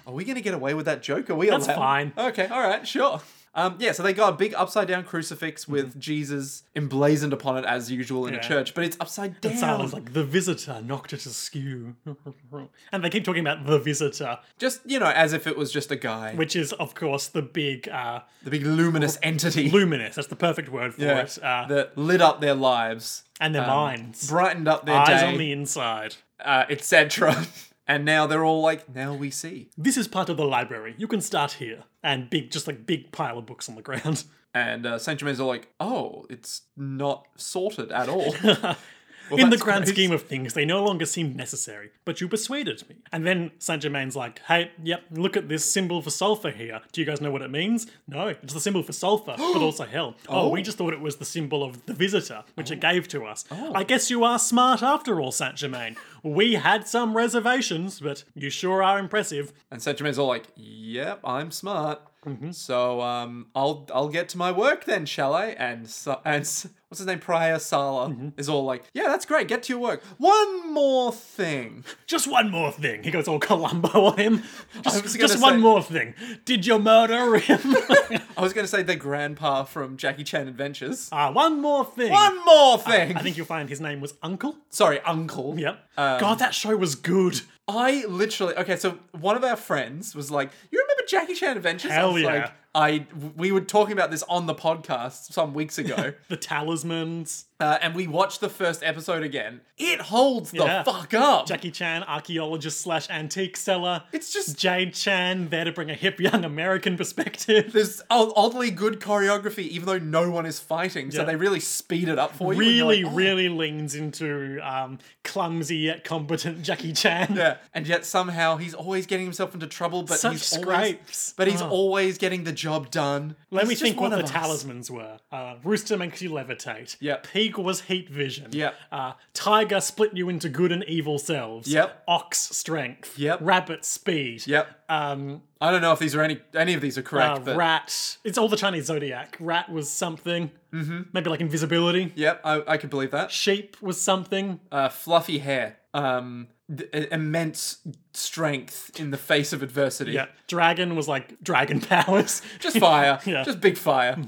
[SPEAKER 3] Are we gonna get away with that joke? Are we
[SPEAKER 2] That's
[SPEAKER 3] allowed?
[SPEAKER 2] fine.
[SPEAKER 3] Okay, all right, sure. Um, yeah, so they got a big upside down crucifix with Jesus emblazoned upon it as usual in a
[SPEAKER 2] Mhm. Yeah.
[SPEAKER 3] church, but it's upside down.
[SPEAKER 2] Sounds like the visitor knocked it askew. and they keep talking about the visitor,
[SPEAKER 3] Just you know, as if it was just a guy,
[SPEAKER 2] which is, of course, the big uh,
[SPEAKER 3] the big luminous entity,
[SPEAKER 2] luminous. That's the perfect word for
[SPEAKER 3] yeah,
[SPEAKER 2] it. Uh,
[SPEAKER 3] that lit up their lives,
[SPEAKER 2] and their minds.
[SPEAKER 3] brightened up their
[SPEAKER 2] Eyes
[SPEAKER 3] day,
[SPEAKER 2] on the inside.
[SPEAKER 3] uh, etc. and now they're all like, now we see.
[SPEAKER 2] This is part of the library. You can start here. And big, just like big pile of books on the ground.
[SPEAKER 3] And uh, Saint Germain's are like, oh, it's not sorted at all. Well,
[SPEAKER 2] In the
[SPEAKER 3] that's
[SPEAKER 2] grand
[SPEAKER 3] great.
[SPEAKER 2] scheme of things, they no longer seem necessary, but you persuaded me. And then Saint Germain's like, hey, yep, look at this symbol for sulfur here. Do you guys know what it means? No, it's the symbol for sulfur, but also hell. Oh, we just thought it was the symbol of the visitor, which
[SPEAKER 3] Oh.
[SPEAKER 2] it gave to us. I guess you are smart after all, Saint Germain. We had some reservations, but you sure are impressive.
[SPEAKER 3] And Saint Germain's all like, "Yep, I'm smart.
[SPEAKER 2] Mm-hmm.
[SPEAKER 3] So um, I'll I'll get to my work then, shall I?" And so, and s- what's his name, Prior Sala,
[SPEAKER 2] Mm-hmm.
[SPEAKER 3] is all like, "Yeah, that's great. Get to your work. One more thing.
[SPEAKER 2] Just one more thing. He goes all Columbo on him. Just,
[SPEAKER 3] was gonna
[SPEAKER 2] just one
[SPEAKER 3] say-
[SPEAKER 2] more thing. Did you murder him?
[SPEAKER 3] I was going to say the grandpa from Jackie Chan Adventures.
[SPEAKER 2] Ah, one more thing.
[SPEAKER 3] One more thing.
[SPEAKER 2] I think you'll find his name was Uncle.
[SPEAKER 3] Sorry, uncle.
[SPEAKER 2] Yep.
[SPEAKER 3] Um,
[SPEAKER 2] God, that show was good.
[SPEAKER 3] I literally okay. So one of our friends was like, "You remember Jackie Chan Adventures?" I
[SPEAKER 2] Hell
[SPEAKER 3] was
[SPEAKER 2] yeah.
[SPEAKER 3] Like, I we were talking about this on the podcast some weeks ago.
[SPEAKER 2] The Talismans,
[SPEAKER 3] uh, and we watched the first episode again. It holds the
[SPEAKER 2] Yeah.
[SPEAKER 3] fuck up.
[SPEAKER 2] Jackie Chan, archaeologist slash antique seller.
[SPEAKER 3] it's just
[SPEAKER 2] Jade Chan, there to bring a hip young American perspective.
[SPEAKER 3] there's o- oddly good choreography, even though no one is fighting. So
[SPEAKER 2] Yeah.
[SPEAKER 3] they really speed it up for you. and you're
[SPEAKER 2] Really,
[SPEAKER 3] like, "Oh."
[SPEAKER 2] really leans into um, clumsy yet competent Jackie Chan.
[SPEAKER 3] Yeah, and yet somehow he's always getting himself into trouble, but
[SPEAKER 2] Such
[SPEAKER 3] he's
[SPEAKER 2] scrapes.
[SPEAKER 3] always, but he's
[SPEAKER 2] Oh.
[SPEAKER 3] always getting the job done.
[SPEAKER 2] Let
[SPEAKER 3] He's
[SPEAKER 2] me
[SPEAKER 3] just
[SPEAKER 2] think what
[SPEAKER 3] one
[SPEAKER 2] the
[SPEAKER 3] of us.
[SPEAKER 2] talismans were. Uh, Rooster makes you levitate.
[SPEAKER 3] Yep.
[SPEAKER 2] Pig was heat vision.
[SPEAKER 3] Yep.
[SPEAKER 2] Uh, tiger split you into good and evil selves.
[SPEAKER 3] Yep.
[SPEAKER 2] Ox strength.
[SPEAKER 3] Yep.
[SPEAKER 2] Rabbit speed.
[SPEAKER 3] Yep.
[SPEAKER 2] Um,
[SPEAKER 3] I don't know if these are any any of these are correct,
[SPEAKER 2] Uh,
[SPEAKER 3] but
[SPEAKER 2] rat. It's all the Chinese zodiac. Rat was something. Mm-hmm. Maybe like invisibility.
[SPEAKER 3] yep, I, I could believe that.
[SPEAKER 2] Sheep was something.
[SPEAKER 3] Uh, fluffy hair, um, th- i- immense strength in the face of adversity.
[SPEAKER 2] Yeah. Dragon was like dragon powers.
[SPEAKER 3] Just fire.
[SPEAKER 2] Yeah. Mm-hmm.
[SPEAKER 3] Just big fire.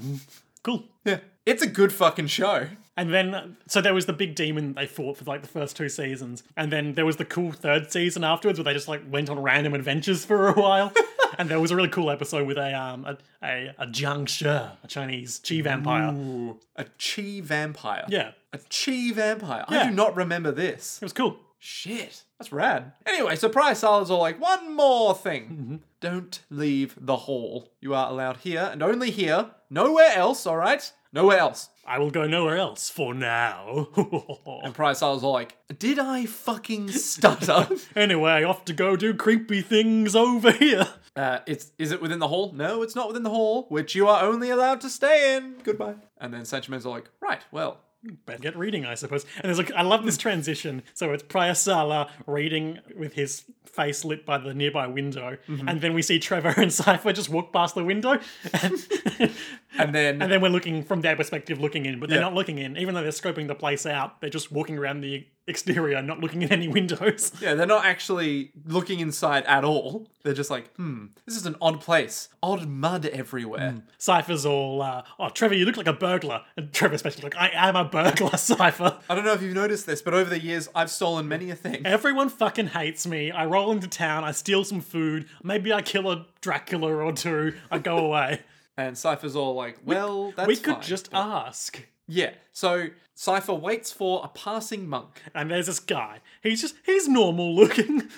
[SPEAKER 2] cool.
[SPEAKER 3] Yeah. It's a good fucking show.
[SPEAKER 2] And then, uh, so there was the big demon they fought for like the first two seasons, and then there was the cool third season afterwards where they just like went on random adventures for a while. and there was a really cool episode with a um a a, a Jiangshi, a Chinese chi vampire.
[SPEAKER 3] A chi vampire.
[SPEAKER 2] Yeah,
[SPEAKER 3] A chi vampire. I
[SPEAKER 2] Yeah.
[SPEAKER 3] do not remember this.
[SPEAKER 2] it was cool.
[SPEAKER 3] Shit. That's rad. Anyway, so Prior Sala's all like, one more thing. Don't leave the hall. You are allowed here and only here. Nowhere else, all right? Nowhere else.
[SPEAKER 2] I will go nowhere else for now.
[SPEAKER 3] And Prior Sala's all like, did I fucking stutter?
[SPEAKER 2] anyway, off to go do creepy things over here.
[SPEAKER 3] uh, it's, is it within the hall? No, it's not within the hall, which you are only allowed to stay in. Goodbye. And then Saint Germain's all like, right, well,
[SPEAKER 2] Better get reading, I suppose. And there's like, I love this transition. So it's Prior Sala reading with his face lit by the nearby window, and then we see Trevor and Cipher just walk past the window, and,
[SPEAKER 3] and then
[SPEAKER 2] and then we're looking from their perspective, looking in, but they're
[SPEAKER 3] Yeah.
[SPEAKER 2] not looking in, even though they're scoping the place out. They're just walking around the exterior, not looking at any windows.
[SPEAKER 3] Yeah, they're not actually looking inside at all. They're just like, hmm, this is an odd place. Odd mud everywhere.
[SPEAKER 2] Cipher's all, uh, "Oh, Trevor, you look like a burglar," and Trevor especially like, "I am a burglar, Cipher."
[SPEAKER 3] I don't know if you've noticed this, but over the years, I've stolen many a thing.
[SPEAKER 2] Everyone fucking hates me. I roll into town, I steal some food, maybe I kill a Dracula or two, I go away.
[SPEAKER 3] And Cypher's all like, well, that's
[SPEAKER 2] we could
[SPEAKER 3] fine.
[SPEAKER 2] just uh, ask.
[SPEAKER 3] Yeah, so Cypher waits for a passing monk.
[SPEAKER 2] And there's this guy. He's just, he's normal looking.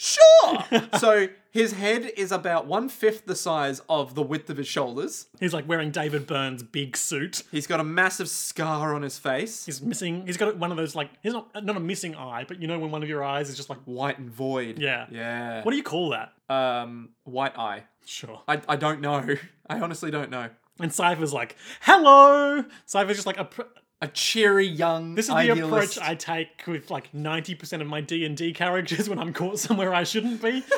[SPEAKER 3] Sure. so his head is about one fifth the size of the width of his shoulders.
[SPEAKER 2] He's like wearing David Byrne's big suit.
[SPEAKER 3] He's got a massive scar on his face.
[SPEAKER 2] He's missing. He's got one of those like. He's not not a missing eye, but you know when one of your eyes is just like.
[SPEAKER 3] White and void.
[SPEAKER 2] Yeah.
[SPEAKER 3] Yeah.
[SPEAKER 2] What do you call that?
[SPEAKER 3] um, white eye.
[SPEAKER 2] Sure.
[SPEAKER 3] I, I don't know. I honestly don't know.
[SPEAKER 2] And Cypher's like, hello. Cypher's just like, "Appro-
[SPEAKER 3] A cheery young.
[SPEAKER 2] this is
[SPEAKER 3] idealist.
[SPEAKER 2] the approach I take with like ninety percent of my D and D characters when I'm caught somewhere I shouldn't be.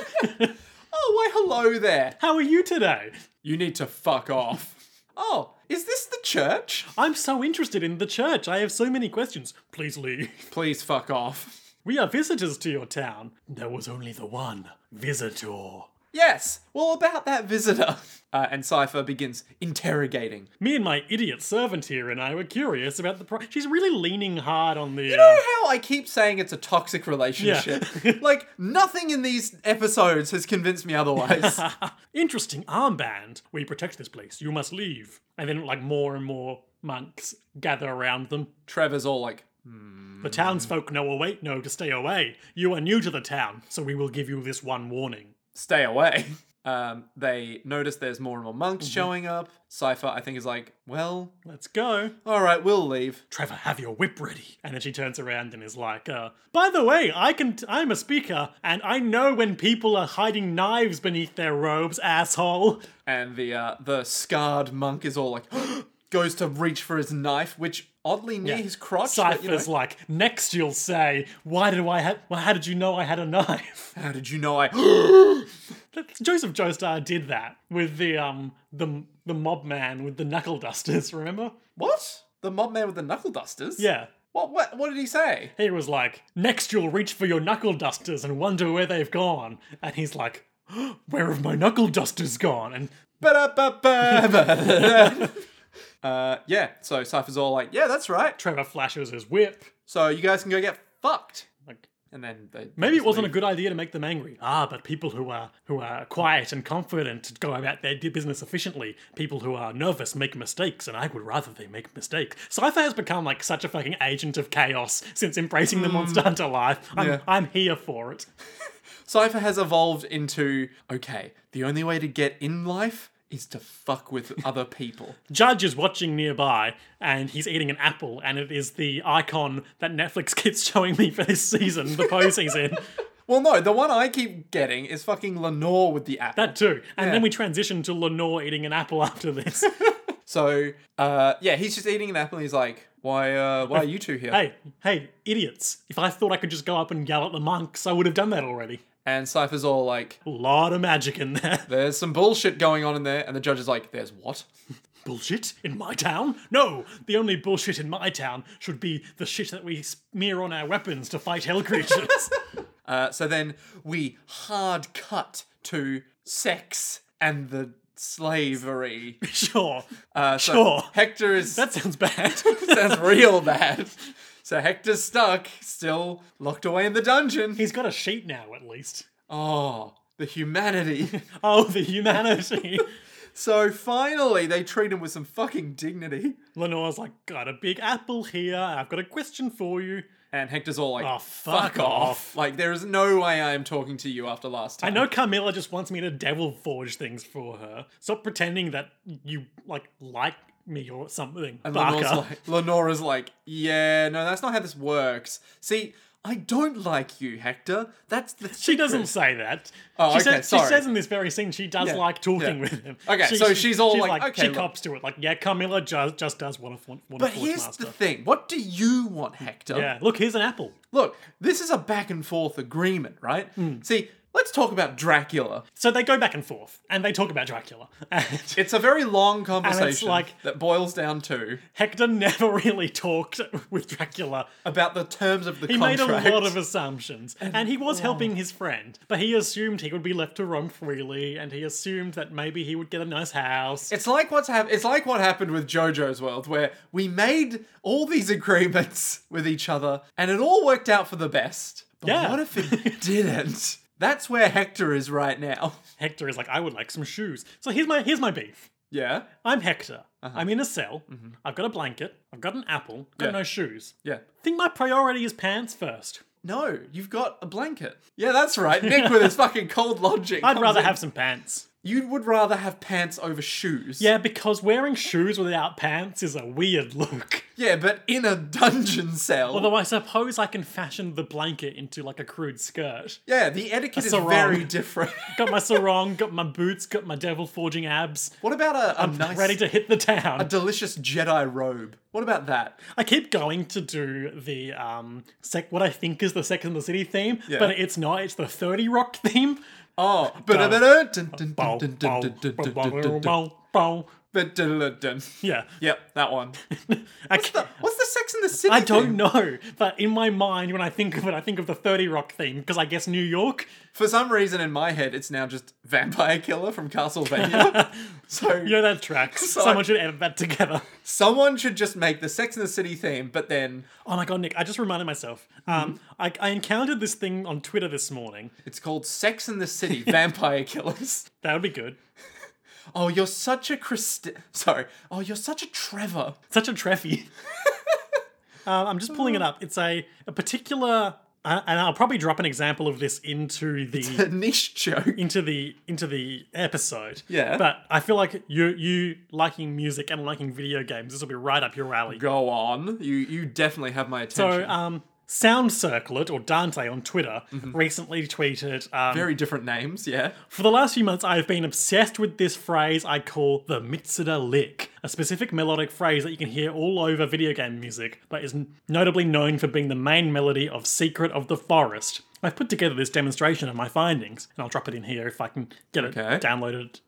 [SPEAKER 3] Oh, why hello there.
[SPEAKER 2] How are you today?
[SPEAKER 3] You need to fuck off. oh, is this the church?
[SPEAKER 2] I'm so interested in the church. I have so many questions. Please leave.
[SPEAKER 3] Please fuck off.
[SPEAKER 2] We are visitors to your town. There was only the one visitor.
[SPEAKER 3] Yes. Well, about that visitor. Uh, and Cypher begins interrogating.
[SPEAKER 2] Me and my idiot servant here and I were curious about the. Pro- She's really leaning hard on the.
[SPEAKER 3] You
[SPEAKER 2] uh,
[SPEAKER 3] know how I keep saying it's a toxic relationship? like, nothing in these episodes has convinced me otherwise.
[SPEAKER 2] Interesting armband. We protect this place. You must leave. And then, like, more and more monks gather around them.
[SPEAKER 3] Trevor's all like, Mm.
[SPEAKER 2] The townsfolk know away, know to stay away. You are new to the town, so we will give you this one warning.
[SPEAKER 3] stay away. Um, they notice there's more and more monks showing up. Cypher, I think, is like, well,
[SPEAKER 2] Let's go.
[SPEAKER 3] all right, we'll leave.
[SPEAKER 2] Trevor, have your whip ready. And then she turns around and is like, uh, by the way, I can t- I'm a speaker and I know when people are hiding knives beneath their robes, asshole.
[SPEAKER 3] And the uh, the scarred monk is all like, goes to reach for his knife, which oddly near his crotch. but,
[SPEAKER 2] Cypher's
[SPEAKER 3] you know,
[SPEAKER 2] like, next you'll say, why did I ha- well, how did you know I had a knife?
[SPEAKER 3] How did you know I?
[SPEAKER 2] That's- Joseph Joestar did that with the um the the mob man with the knuckle dusters, remember?
[SPEAKER 3] what? The mob man with the knuckle dusters?
[SPEAKER 2] Yeah.
[SPEAKER 3] What? What? What did he say?
[SPEAKER 2] He was like, next you'll reach for your knuckle dusters and wonder where they've gone. And he's like, where have my knuckle dusters gone? And
[SPEAKER 3] Ba-da-ba-ba-ba. uh, yeah. So Cypher's all like, yeah, that's right.
[SPEAKER 2] Trevor flashes his whip.
[SPEAKER 3] So you guys can go get fucked.
[SPEAKER 2] Like
[SPEAKER 3] And then they
[SPEAKER 2] maybe it wasn't a good idea to make them angry. Ah, but people who are who are quiet and confident go about their business efficiently. People who are nervous make mistakes, and I would rather they make mistakes. Cypher has become like such a fucking agent of chaos since embracing the Monster Hunter life. I'm,
[SPEAKER 3] Mm. Yeah.
[SPEAKER 2] I'm here for it.
[SPEAKER 3] Cypher has evolved into okay, the only way to get in life is to fuck with other people.
[SPEAKER 2] Judge is watching nearby and he's eating an apple, and it is the icon that Netflix keeps showing me for this season, the pose he's in.
[SPEAKER 3] well, no, the one I keep getting is fucking Lenore with the apple.
[SPEAKER 2] That too. And
[SPEAKER 3] Yeah.
[SPEAKER 2] then we transition to Lenore eating an apple after this.
[SPEAKER 3] so, uh, yeah, he's just eating an apple and he's like, why, uh, why are you two here?
[SPEAKER 2] hey, hey, idiots. If I thought I could just go up and yell at the monks, I would have done that already.
[SPEAKER 3] And Cypher's all like,
[SPEAKER 2] A lot of magic in there.
[SPEAKER 3] there's some bullshit going on in there. And the judge is like, there's what?
[SPEAKER 2] bullshit in my town? No, the only bullshit in my town should be the shit that we smear on our weapons to fight hell creatures.
[SPEAKER 3] Uh, so then we hard cut to sex and the slavery.
[SPEAKER 2] sure.
[SPEAKER 3] Uh, so
[SPEAKER 2] Sure.
[SPEAKER 3] Hector is.
[SPEAKER 2] That sounds bad.
[SPEAKER 3] Sounds real bad. So Hector's stuck, still locked away in the dungeon.
[SPEAKER 2] He's got a sheet now, at least.
[SPEAKER 3] Oh, the humanity.
[SPEAKER 2] Oh, the humanity.
[SPEAKER 3] So finally, they treat him with some fucking dignity.
[SPEAKER 2] Lenore's like, got a big apple here. I've got a question for you.
[SPEAKER 3] And Hector's all like,
[SPEAKER 2] Oh, fuck, off.
[SPEAKER 3] Like, there is no way I am talking to you after last
[SPEAKER 2] I
[SPEAKER 3] time.
[SPEAKER 2] know Carmilla just wants me to devil forge things for her. Stop pretending that you like like me or something.
[SPEAKER 3] And Lenore's
[SPEAKER 2] Barker.
[SPEAKER 3] like, Lenora's like, yeah, no, that's not how this works. See, I don't like you, Hector. That's the
[SPEAKER 2] she doesn't say that.
[SPEAKER 3] Oh,
[SPEAKER 2] she,
[SPEAKER 3] okay,
[SPEAKER 2] says,
[SPEAKER 3] sorry.
[SPEAKER 2] she says in this very scene she does
[SPEAKER 3] Yeah,
[SPEAKER 2] like talking
[SPEAKER 3] yeah.
[SPEAKER 2] with him.
[SPEAKER 3] Okay, so she's all like, okay,
[SPEAKER 2] she
[SPEAKER 3] look.
[SPEAKER 2] cops to it. Like, yeah, Carmilla just, just does want to, want
[SPEAKER 3] But
[SPEAKER 2] to forge
[SPEAKER 3] here's
[SPEAKER 2] master.
[SPEAKER 3] the thing. What do you want, Hector?
[SPEAKER 2] yeah, look, here's an apple.
[SPEAKER 3] Look, this is a back and forth agreement, right?
[SPEAKER 2] Hmm.
[SPEAKER 3] See, let's talk about Dracula.
[SPEAKER 2] So they go back and forth and they talk about Dracula. And
[SPEAKER 3] It's a very long conversation
[SPEAKER 2] like-
[SPEAKER 3] that boils down to
[SPEAKER 2] Hector never really talked with Dracula.
[SPEAKER 3] about the terms of the
[SPEAKER 2] He
[SPEAKER 3] contract.
[SPEAKER 2] made a lot of assumptions, and he was helping his friend, but he assumed he would be left to roam freely, and he assumed that maybe he would get a nice house.
[SPEAKER 3] it's like what's hap- it's like what happened with JoJo's World where we made all these agreements with each other and it all worked out for the best. But
[SPEAKER 2] Yeah.
[SPEAKER 3] what if it didn't? That's where Hector is right now.
[SPEAKER 2] Hector is like, I would like some shoes. So here's my here's my beef.
[SPEAKER 3] Yeah.
[SPEAKER 2] I'm Hector. I'm in a cell. I've got a blanket. I've got an apple. Got
[SPEAKER 3] Uh-huh. Mm-hmm. Yeah.
[SPEAKER 2] no shoes.
[SPEAKER 3] Yeah.
[SPEAKER 2] I think my priority is pants first.
[SPEAKER 3] No, you've got a blanket. Yeah, that's right. Nick with his fucking cold logic.
[SPEAKER 2] I'd
[SPEAKER 3] comes
[SPEAKER 2] rather
[SPEAKER 3] in.
[SPEAKER 2] have some pants.
[SPEAKER 3] You would rather have pants over shoes.
[SPEAKER 2] Yeah, because wearing shoes without pants is a weird look.
[SPEAKER 3] Yeah, but in a dungeon cell.
[SPEAKER 2] Although I suppose I can fashion the blanket into like a crude skirt.
[SPEAKER 3] yeah, the etiquette is
[SPEAKER 2] sarong.
[SPEAKER 3] very different.
[SPEAKER 2] Got my sarong, got my boots, got my devil forging abs.
[SPEAKER 3] what about a, a nice,
[SPEAKER 2] Ready to hit the town.
[SPEAKER 3] a delicious Jedi robe? What about that?
[SPEAKER 2] I keep going to do the um sec what I think is the Sex and the City theme, but it's not. It's the 30 Rock theme.
[SPEAKER 3] Oh,
[SPEAKER 2] Bow, bow, bow, bow, bow, bow. Yeah.
[SPEAKER 3] Yep, that one.
[SPEAKER 2] I, ca-
[SPEAKER 3] What's the Sex in the City?
[SPEAKER 2] I don't
[SPEAKER 3] thing?
[SPEAKER 2] know, but in my mind when I think of it, I think of the 30 Rock theme because I guess New York.
[SPEAKER 3] For some reason in my head, it's now just Vampire Killer from Castlevania. so
[SPEAKER 2] Yeah, that tracks. Someone should edit that together.
[SPEAKER 3] someone should just make the Sex in the City theme, but then
[SPEAKER 2] Oh my god, Nick, I just reminded myself. Um,
[SPEAKER 3] Mm-hmm.
[SPEAKER 2] I, I encountered this thing on Twitter this morning.
[SPEAKER 3] it's called Sex in the City Vampire Killers.
[SPEAKER 2] That would be good.
[SPEAKER 3] Oh, you're such a Christi- Sorry. Oh, you're such a Trevor.
[SPEAKER 2] Such a treffy. um, I'm just pulling it up. It's a, a particular, uh, and I'll probably drop an example of this into the
[SPEAKER 3] A niche joke.
[SPEAKER 2] into the into the episode.
[SPEAKER 3] Yeah.
[SPEAKER 2] But I feel like you you liking music and liking video games, this will be right up your alley.
[SPEAKER 3] Go on. You you definitely have my attention.
[SPEAKER 2] So, um, Sound Circlet or Dante on Twitter recently tweeted. Um,
[SPEAKER 3] Very different names, yeah.
[SPEAKER 2] For the last few months, I've been obsessed with this phrase I call the Mitsuda lick, a specific melodic phrase that you can hear all over video game music, but is n- notably known for being the main melody of Secret of the Forest. I've put together this demonstration of my findings, and I'll drop it in here if I can get it
[SPEAKER 3] Okay.
[SPEAKER 2] downloaded.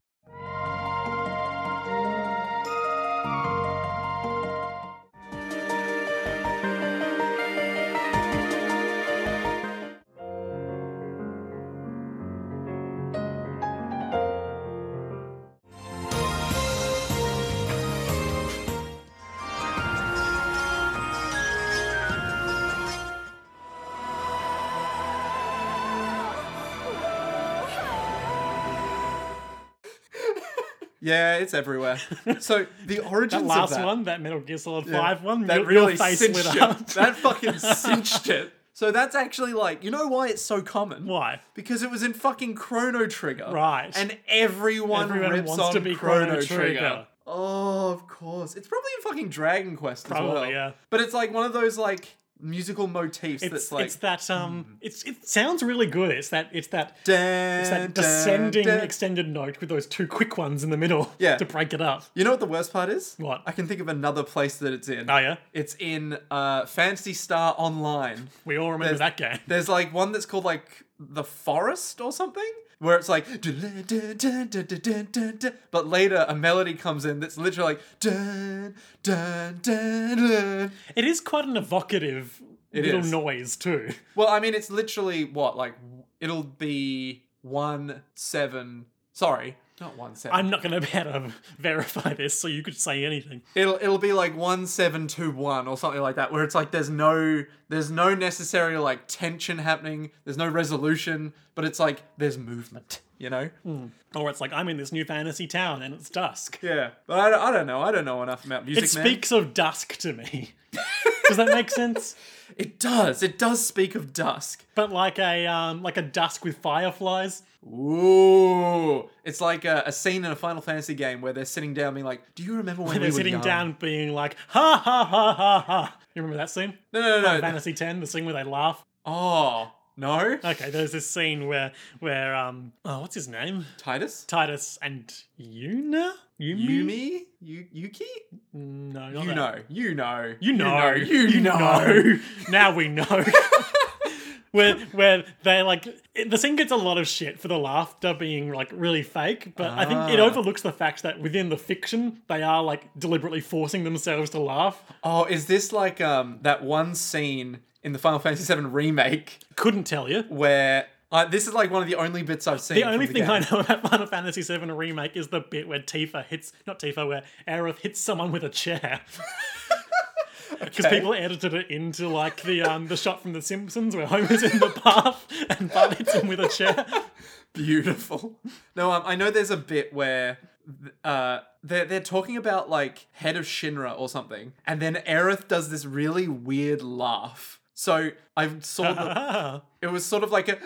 [SPEAKER 3] Yeah, it's everywhere. So the origins
[SPEAKER 2] That last
[SPEAKER 3] of that,
[SPEAKER 2] one, that Metal Gear Solid 5 one,
[SPEAKER 3] that
[SPEAKER 2] your,
[SPEAKER 3] really
[SPEAKER 2] your face
[SPEAKER 3] cinched
[SPEAKER 2] lit up.
[SPEAKER 3] it. That fucking cinched it. So that's actually like, you know why it's so common?
[SPEAKER 2] Why?
[SPEAKER 3] Because it was in fucking Chrono Trigger.
[SPEAKER 2] Right.
[SPEAKER 3] And everyone,
[SPEAKER 2] Everyone
[SPEAKER 3] rips
[SPEAKER 2] wants
[SPEAKER 3] on
[SPEAKER 2] to be
[SPEAKER 3] Chrono,
[SPEAKER 2] Chrono
[SPEAKER 3] Trigger.
[SPEAKER 2] Trigger.
[SPEAKER 3] Oh, of course. It's probably in fucking Dragon Quest as
[SPEAKER 2] Probably,
[SPEAKER 3] well.
[SPEAKER 2] yeah.
[SPEAKER 3] But it's like one of those like musical motifs
[SPEAKER 2] It's,
[SPEAKER 3] that's like hmm.
[SPEAKER 2] it's that um it's it sounds really good. It's that it's that
[SPEAKER 3] dun,
[SPEAKER 2] It's that
[SPEAKER 3] dun,
[SPEAKER 2] descending
[SPEAKER 3] dun.
[SPEAKER 2] extended note with those two quick ones in the middle
[SPEAKER 3] Yeah.
[SPEAKER 2] to break it up.
[SPEAKER 3] You know what the worst part is?
[SPEAKER 2] What?
[SPEAKER 3] I can think of another place that it's in.
[SPEAKER 2] Oh, yeah?
[SPEAKER 3] It's in uh, Fantasy Star Online.
[SPEAKER 2] We all remember
[SPEAKER 3] There's-
[SPEAKER 2] that game.
[SPEAKER 3] There's like one that's called like the forest or something, where it's like, dun, dun, dun, dun, dun, dun, dun, dun. but later a melody comes in that's literally like, dun, dun, dun, dun.
[SPEAKER 2] It is quite an evocative little
[SPEAKER 3] is.
[SPEAKER 2] noise too.
[SPEAKER 3] well, I mean, it's literally what like it'll be one seven. Sorry, not one seven.
[SPEAKER 2] I'm not going to be able to verify this, so you could say anything.
[SPEAKER 3] It'll it'll be like one seven two one or something like that, where it's like there's no there's no necessary like tension happening, there's no resolution, but it's like there's movement, you know?
[SPEAKER 2] Or it's like I'm in this new fantasy town and it's dusk.
[SPEAKER 3] Yeah, but I, don't- I don't know, I don't know enough about music.
[SPEAKER 2] it
[SPEAKER 3] man.
[SPEAKER 2] speaks of dusk to me. Does that make sense?
[SPEAKER 3] It does. It does speak of dusk.
[SPEAKER 2] But like a um, like a dusk with fireflies.
[SPEAKER 3] Ooh, it's like a, a scene in a Final Fantasy game where they're sitting down, being like, "Do you remember when
[SPEAKER 2] They're
[SPEAKER 3] we were
[SPEAKER 2] sitting
[SPEAKER 3] young?"
[SPEAKER 2] down, being like ha ha ha ha ha. You remember that scene?
[SPEAKER 3] No, no, no, no.
[SPEAKER 2] Fantasy Ten, the scene where they laugh.
[SPEAKER 3] Oh no,
[SPEAKER 2] Okay, there's this scene where where um oh what's his name?
[SPEAKER 3] Titus,
[SPEAKER 2] Titus and Yuna? Yumi?
[SPEAKER 3] Yumi, Yu- Yuki.
[SPEAKER 2] No, not
[SPEAKER 3] You
[SPEAKER 2] that.
[SPEAKER 3] know, you know,
[SPEAKER 2] You know.
[SPEAKER 3] you know, you know.
[SPEAKER 2] now we know. where where they like it- the scene gets a lot of shit for the laughter being like really fake, but I think it
[SPEAKER 3] Ah.
[SPEAKER 2] overlooks the fact that within the fiction they are like deliberately forcing themselves to laugh.
[SPEAKER 3] Oh, is this like um that one scene in the Final Fantasy VII remake
[SPEAKER 2] Couldn't tell you.
[SPEAKER 3] where uh, this is like one of the only bits I've seen?
[SPEAKER 2] The only
[SPEAKER 3] from
[SPEAKER 2] thing
[SPEAKER 3] game.
[SPEAKER 2] I know about Final Fantasy VII remake is the bit where Tifa hits not Tifa where Aerith hits someone with a chair. Because
[SPEAKER 3] Okay.
[SPEAKER 2] people edited it into like the um the shot from The Simpsons where Homer's in the bath and Bart hits him with a chair.
[SPEAKER 3] beautiful. No, um, I know there's a bit where th- uh they're they're talking about like head of Shinra or something, and then Aerith does this really weird laugh. So I saw the,
[SPEAKER 2] Ah.
[SPEAKER 3] it was sort of like a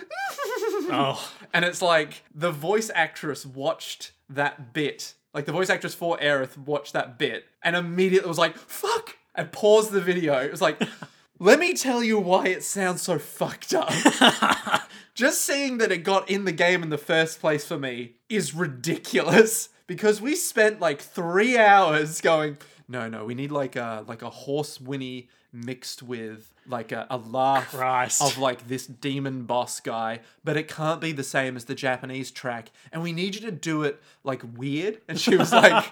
[SPEAKER 2] oh,
[SPEAKER 3] and it's like the voice actress watched that bit. Like the voice actress for Aerith watched that bit and immediately was like, fuck! And paused the video. It was like, let me tell you why it sounds so fucked up. Just seeing that it got in the game in the first place for me is ridiculous because we spent like three hours going, no, no, we need like a like a horse whinny mixed with like a, a laugh
[SPEAKER 2] Christ.
[SPEAKER 3] of like this demon boss guy, but it can't be the same as the Japanese track, and we need you to do it like weird. And she was like,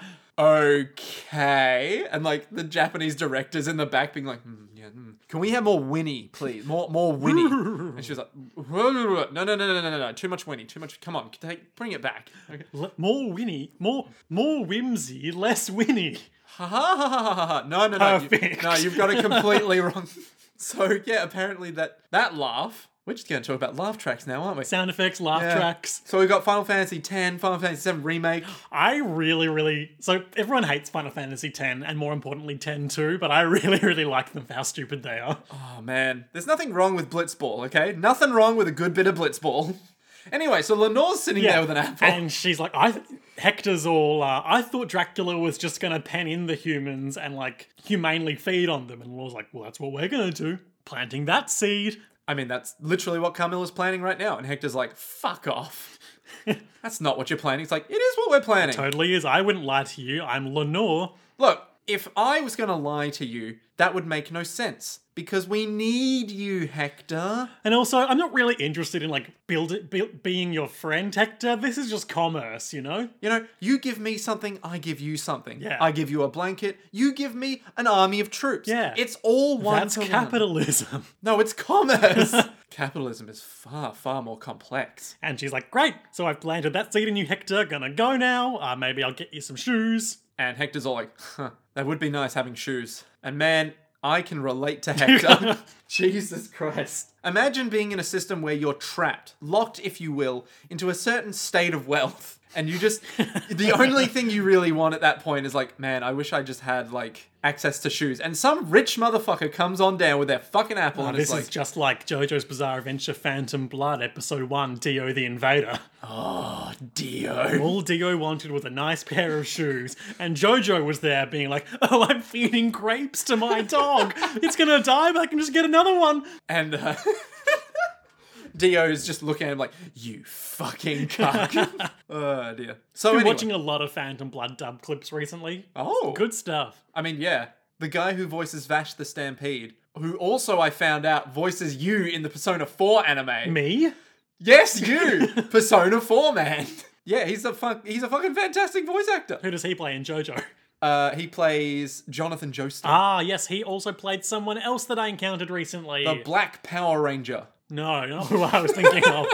[SPEAKER 3] okay, and like the Japanese directors in the back being like, "Hmm, yeah, hmm. can we have more Winnie, please? More more Winnie. and she was like, no, no, no, no, no, no, no, too much Winnie, too much. Come on, take, bring it back. Okay.
[SPEAKER 2] l- more Winnie, more more whimsy, less Winnie.
[SPEAKER 3] ha ha ha ha ha ha. No, no, no. you-
[SPEAKER 2] Perfect.
[SPEAKER 3] no, you've got it completely wrong. So yeah, apparently that that laugh. We're just going to talk about laugh tracks now, aren't we?
[SPEAKER 2] Sound effects, laugh
[SPEAKER 3] Yeah.
[SPEAKER 2] tracks.
[SPEAKER 3] So we've got Final Fantasy X, Final Fantasy VII Remake.
[SPEAKER 2] I really, really. So everyone hates Final Fantasy X, and more importantly, X too. But I really, really like them for how stupid they are.
[SPEAKER 3] Oh man, there's nothing wrong with Blitzball, okay? Nothing wrong with a good bit of Blitzball. Anyway, so Lenore's sitting there with an apple.
[SPEAKER 2] And she's like, I. Th- Hector's all. Uh, I thought Dracula was just gonna pen in the humans and like humanely feed on them. And Law's like, well, that's what we're gonna do. Planting that seed.
[SPEAKER 3] I mean, that's literally what Carmilla's planning right now. And Hector's like, fuck off. that's not what you're planning. It's like, it is what we're planning.
[SPEAKER 2] Totally is. I wouldn't lie to you. I'm Lenore.
[SPEAKER 3] Look, if I was going to lie to you, that would make no sense. Because we need you, Hector.
[SPEAKER 2] And also, I'm not really interested in like build, build being your friend, Hector. This is just commerce, you know.
[SPEAKER 3] You know, you give me something, I give you something.
[SPEAKER 2] Yeah.
[SPEAKER 3] I give you a blanket, you give me an army of troops.
[SPEAKER 2] Yeah.
[SPEAKER 3] It's all one
[SPEAKER 2] That's
[SPEAKER 3] to one.
[SPEAKER 2] capitalism.
[SPEAKER 3] No, it's commerce. Capitalism is far, far more complex.
[SPEAKER 2] And she's like, Great, so I've planted that seed in you, Hector. Gonna go now. Uh, maybe I'll get you some shoes.
[SPEAKER 3] And Hector's all like, huh, that would be nice having shoes. And man, I can relate to Hector. Jesus Christ. Imagine being in a system where you're trapped, locked, if you will, into a certain state of wealth. And you just, the only thing you really want at that point is like, man, I wish I just had like access to shoes. And some rich motherfucker comes on down with their fucking apple and
[SPEAKER 2] Oh, this
[SPEAKER 3] it's like,
[SPEAKER 2] is just like JoJo's Bizarre Adventure Phantom Blood, Episode 1, Dio the Invader.
[SPEAKER 3] "Oh, Dio.
[SPEAKER 2] All Dio wanted was a nice pair of shoes, and JoJo was there being like, Oh, I'm feeding grapes to my dog. it's gonna die, but I can just get another one.
[SPEAKER 3] And uh, Dio is just looking at him like, you fucking cuck. oh, dear. So,
[SPEAKER 2] Been
[SPEAKER 3] anyway.
[SPEAKER 2] watching a lot of Phantom Blood dub clips recently.
[SPEAKER 3] oh, good.
[SPEAKER 2] Good stuff.
[SPEAKER 3] I mean, yeah. The guy who voices Vash the Stampede, who also I found out voices you in the Persona 4 anime.
[SPEAKER 2] Me?
[SPEAKER 3] Yes, you! Persona 4 man. Yeah, he's a fun- he's a fucking fantastic voice actor.
[SPEAKER 2] Who does he play in JoJo?
[SPEAKER 3] Uh, he plays Jonathan Joestar,
[SPEAKER 2] Ah, yes, he also played someone else that I encountered recently.
[SPEAKER 3] the Black Power Ranger.
[SPEAKER 2] No, not who I was thinking of.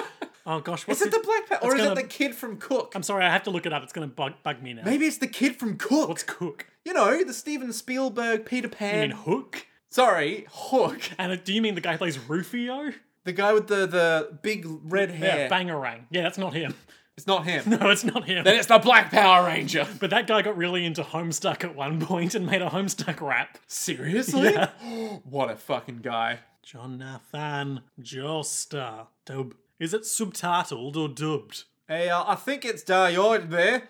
[SPEAKER 2] Oh gosh, what's
[SPEAKER 3] Is it the Black Power, or is
[SPEAKER 2] gonna-
[SPEAKER 3] it the kid from Cook?
[SPEAKER 2] I'm sorry, I have to look it up. It's gonna bug, bug me now.
[SPEAKER 3] Maybe it's the kid from Cook.
[SPEAKER 2] What's Cook?
[SPEAKER 3] You know, the Steven Spielberg, Peter
[SPEAKER 2] You
[SPEAKER 3] Pan.
[SPEAKER 2] mean Hook?
[SPEAKER 3] Sorry, Hook.
[SPEAKER 2] And uh, do you mean the guy who plays Rufio?
[SPEAKER 3] The guy with the, the big red hair.
[SPEAKER 2] Yeah, Bangarang. Yeah, that's not him.
[SPEAKER 3] It's not him.
[SPEAKER 2] No, it's not him.
[SPEAKER 3] then it's the Black Power Ranger.
[SPEAKER 2] but that guy got really into Homestuck at one point and made a Homestuck rap.
[SPEAKER 3] Seriously? what a fucking guy.
[SPEAKER 2] Jonathan Joestar. Dub. Is it subtitled or dubbed?
[SPEAKER 3] Hey, uh, I think it's Dayo there.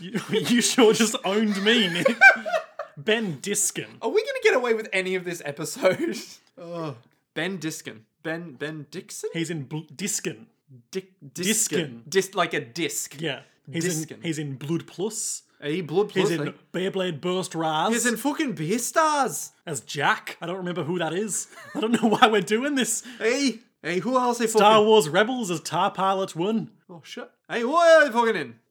[SPEAKER 2] You, you sure just owned me, Nick. ben Diskin.
[SPEAKER 3] Are we gonna get away with any of this episode? Ugh. Ben Diskin. Ben Ben Dixon?
[SPEAKER 2] He's in Bl- Diskin.
[SPEAKER 3] Dick
[SPEAKER 2] Diskin.
[SPEAKER 3] Diskin. Dis like a disc.
[SPEAKER 2] Yeah. He's in
[SPEAKER 3] Diskin.
[SPEAKER 2] he's in Blood Plus.
[SPEAKER 3] Hey, blood
[SPEAKER 2] He's
[SPEAKER 3] plus.
[SPEAKER 2] in
[SPEAKER 3] like-
[SPEAKER 2] Beyblade Burst Rise
[SPEAKER 3] He's in fucking beer stars.
[SPEAKER 2] as Jack. I don't remember who that is. I don't know why we're doing this.
[SPEAKER 3] Hey, hey, who else they fucking?
[SPEAKER 2] Star Wars Rebels as Tar Pilot 1.
[SPEAKER 3] oh shit. Hey, who are they fucking in?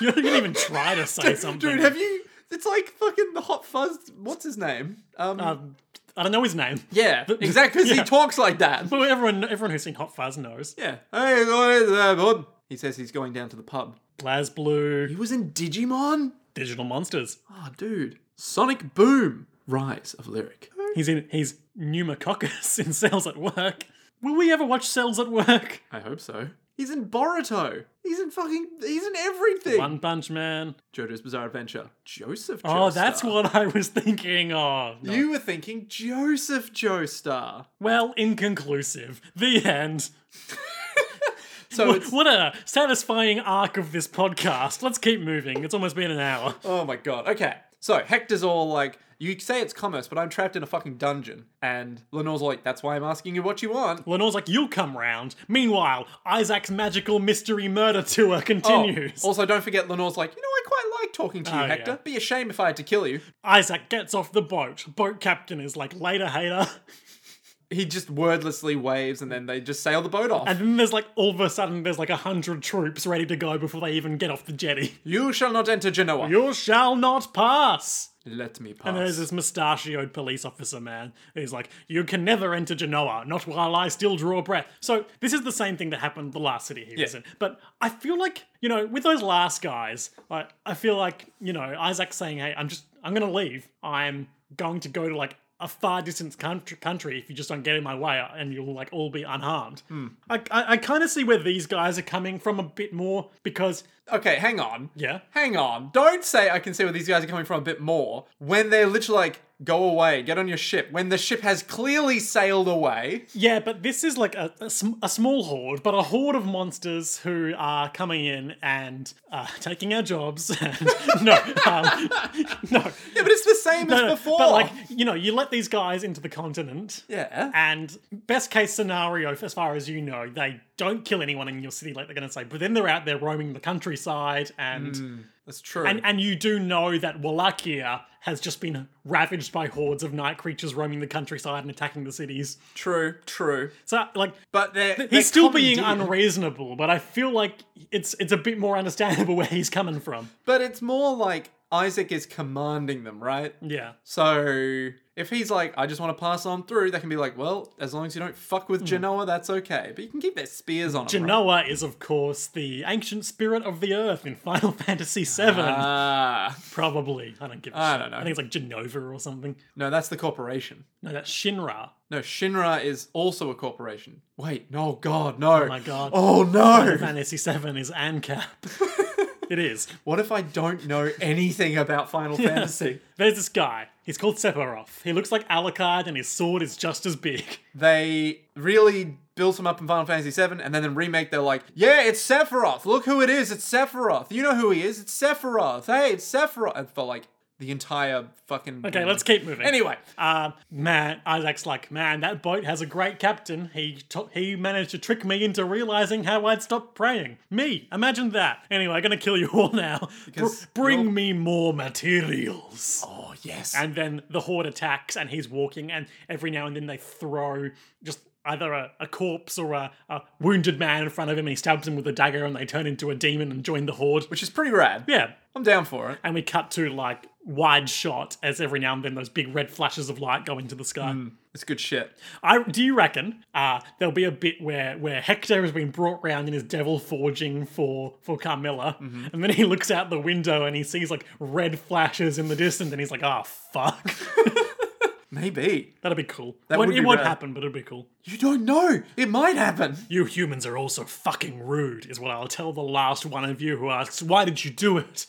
[SPEAKER 2] You didn't even try to say something.
[SPEAKER 3] Dude, have you? It's like fucking the Hot Fuzz. What's his name? Um,
[SPEAKER 2] Um, I don't know his name.
[SPEAKER 3] yeah, exactly. Because
[SPEAKER 2] yeah.
[SPEAKER 3] he talks like that.
[SPEAKER 2] But everyone everyone who's seen Hot Fuzz knows.
[SPEAKER 3] Yeah. Hey guys, uh, bud. He says he's going down to the pub.
[SPEAKER 2] BlazBlue,
[SPEAKER 3] He was in Digimon.
[SPEAKER 2] Digital Monsters.
[SPEAKER 3] Oh, dude. Sonic Boom. Rise of Lyric.
[SPEAKER 2] He's in he's pneumococcus in Cells at Work. Will we ever watch Cells at Work?
[SPEAKER 3] I hope so. He's in Boruto. He's in fucking. He's in everything.
[SPEAKER 2] One Punch Man.
[SPEAKER 3] JoJo's Bizarre Adventure. Joseph.
[SPEAKER 2] Oh, that's
[SPEAKER 3] Joestar.
[SPEAKER 2] what I was thinking of. No.
[SPEAKER 3] You were thinking Joseph Joestar.
[SPEAKER 2] well, inconclusive. The end.
[SPEAKER 3] So it's,
[SPEAKER 2] What a satisfying arc of this podcast. Let's keep moving. It's almost been an hour.
[SPEAKER 3] oh my god. Okay. So Hector's all like, you say it's commerce, but I'm trapped in a fucking dungeon. And Lenore's like, that's why I'm asking you what you want.
[SPEAKER 2] Lenore's like, you'll come round. Meanwhile, Isaac's magical mystery murder tour
[SPEAKER 3] Oh,
[SPEAKER 2] continues.
[SPEAKER 3] also, don't forget Lenore's like, you know, I quite like talking to you,
[SPEAKER 2] Oh,
[SPEAKER 3] Hector.
[SPEAKER 2] yeah.
[SPEAKER 3] Be a shame if I had to kill you.
[SPEAKER 2] Isaac gets off the boat. Boat captain is like, later, hater.
[SPEAKER 3] He just wordlessly waves, and then they just sail the boat off.
[SPEAKER 2] And then there's like, all of a sudden, there's like a hundred troops ready to go before they even get off the jetty.
[SPEAKER 3] you shall not enter Genoa.
[SPEAKER 2] You shall not pass.
[SPEAKER 3] Let me pass.
[SPEAKER 2] And there's this mustachioed police officer man. He's like, You can never enter Genoa, not while I still draw breath. So, this is the same thing that happened the last city he was
[SPEAKER 3] Yeah.
[SPEAKER 2] in. But I feel like, you know, with those last guys, like, I feel like, you know, Isaac saying, Hey, I'm just, I'm going to leave. I'm going to go to like a far distance country, country if you just don't get in my way and you'll like all be unharmed. I, I, I kind of see where these guys are coming from a bit more because,
[SPEAKER 3] okay, hang on.
[SPEAKER 2] yeah.
[SPEAKER 3] Hang on. Don't say I can see where these guys are coming from a bit more when they're literally like, go away, get on your ship. When the ship has clearly sailed away.
[SPEAKER 2] Yeah, but this is like a, a, sm- a small horde, but a horde of monsters who are coming in and uh, taking our jobs. And no, um, no,
[SPEAKER 3] Yeah, but it's the same as before.
[SPEAKER 2] But like you know, you let these guys into the continent.
[SPEAKER 3] yeah.
[SPEAKER 2] And best case scenario, as far as you know, they don't kill anyone in your city, like they're going to say. But then they're out there roaming the countryside, and
[SPEAKER 3] That's true.
[SPEAKER 2] and and you do know that Wallachia has just been ravaged by hordes of night creatures roaming the countryside and attacking the cities.
[SPEAKER 3] true, true.
[SPEAKER 2] So like
[SPEAKER 3] But they're, they're
[SPEAKER 2] he's still being
[SPEAKER 3] commandeered.
[SPEAKER 2] unreasonable, but I feel like it's it's a bit more understandable where he's coming from.
[SPEAKER 3] But it's more like Isaac is commanding them, right?
[SPEAKER 2] Yeah.
[SPEAKER 3] So if he's like, I just want to pass on through, they can be like, well, as long as you don't fuck with Genoa, that's okay. But you can keep their spears on them. right?
[SPEAKER 2] Hmm. Genoa is, of course, the ancient spirit of the earth in Final Fantasy VII.
[SPEAKER 3] Ah.
[SPEAKER 2] Probably. I don't give a
[SPEAKER 3] I
[SPEAKER 2] shit.
[SPEAKER 3] don't know.
[SPEAKER 2] I think it's like Genova or something.
[SPEAKER 3] No, that's the corporation.
[SPEAKER 2] No, that's Shinra.
[SPEAKER 3] No, Shinra is also a corporation. Wait, no, God, no. Oh
[SPEAKER 2] my God.
[SPEAKER 3] Oh
[SPEAKER 2] Final
[SPEAKER 3] no.
[SPEAKER 2] Fantasy VII is ANCAP. it is.
[SPEAKER 3] What if I don't know anything about Final Fantasy?
[SPEAKER 2] There's this guy. He's called Sephiroth. He looks like Alucard and his sword is just as big.
[SPEAKER 3] They really built him up in Final Fantasy VII, and then in remake they're like, yeah, it's Sephiroth. Look who it is. It's Sephiroth. You know who he is. It's Sephiroth. Hey, it's Sephiroth. And for like the entire fucking.
[SPEAKER 2] Okay, let's keep moving.
[SPEAKER 3] Hmm. Anyway,
[SPEAKER 2] Uh, man, Isaac's like, man, that boat has a great captain. He to- he managed to trick me into realizing how I'd stopped praying. Me, imagine that. Anyway, I'm gonna kill you all now. Br-
[SPEAKER 3] Because
[SPEAKER 2] bring
[SPEAKER 3] you're-
[SPEAKER 2] me more materials.
[SPEAKER 3] oh yes,
[SPEAKER 2] And then the horde attacks, and he's walking, and every now and then they throw just either a, a corpse or a, a wounded man in front of him, and he stabs him with a dagger, and they turn into a demon and join the horde.
[SPEAKER 3] which is pretty rad.
[SPEAKER 2] Yeah,
[SPEAKER 3] I'm down for it.
[SPEAKER 2] and we cut to like wide shot as every now and then those big red flashes of light go into the sky.
[SPEAKER 3] It's good shit.
[SPEAKER 2] I do you reckon uh, there'll be a bit where where Hector has been brought round in his devil forging for for Carmilla,
[SPEAKER 3] Mm-hmm.
[SPEAKER 2] and then he looks out the window and he sees like red flashes in the distance, and he's like, "Ah, fuck,
[SPEAKER 3] Maybe
[SPEAKER 2] that'd be cool."
[SPEAKER 3] That
[SPEAKER 2] Well,
[SPEAKER 3] would
[SPEAKER 2] it
[SPEAKER 3] be
[SPEAKER 2] won't
[SPEAKER 3] rad.
[SPEAKER 2] happen, but it'd be cool.
[SPEAKER 3] you don't know. It might happen.
[SPEAKER 2] You humans are also fucking rude, is what I'll tell the last one of you who asks, "Why did you do it?"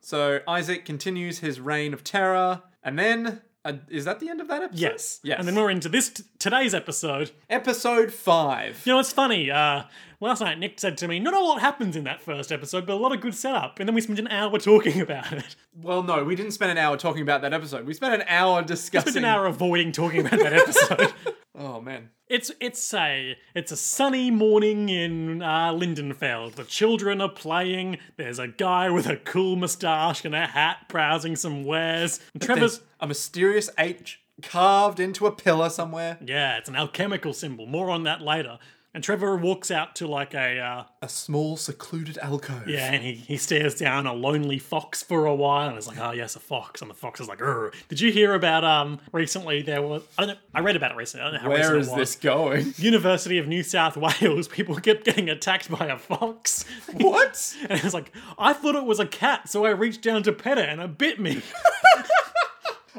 [SPEAKER 3] So Isaac continues his reign of terror, and then uh, is that the end of that episode?
[SPEAKER 2] Yes,
[SPEAKER 3] Yes.
[SPEAKER 2] And then we're into this t- today's episode.
[SPEAKER 3] Episode five.
[SPEAKER 2] You know, it's funny. Uh, last night, Nick said to me, "Not a lot happens in that first episode, but a lot of good setup." And then we spent an hour talking about it.
[SPEAKER 3] Well, no, we didn't spend an hour talking about that episode. We spent an hour discussing.
[SPEAKER 2] spent an hour avoiding talking about that episode.
[SPEAKER 3] Oh man.
[SPEAKER 2] it's it's a it's a sunny morning in uh, Lindenfeld. The children are playing. There's a guy with a cool moustache and a hat browsing some wares. And Trevor's
[SPEAKER 3] There's a mysterious H carved into a pillar somewhere.
[SPEAKER 2] yeah, it's an alchemical symbol. More on that later. And Trevor walks out to like a uh,
[SPEAKER 3] A small, secluded alcove.
[SPEAKER 2] yeah, and he, he stares down a lonely fox for a while, and it's like, oh yes, a fox. And the fox is like, Urgh. did you hear about um recently? There was I don't know, I read about it recently. I don't know how
[SPEAKER 3] Where
[SPEAKER 2] recent
[SPEAKER 3] is
[SPEAKER 2] it was.
[SPEAKER 3] this going?
[SPEAKER 2] University of New South Wales, people kept getting attacked by a fox.
[SPEAKER 3] what?
[SPEAKER 2] And I was like, I thought it was a cat, so I reached down to pet it and it bit me.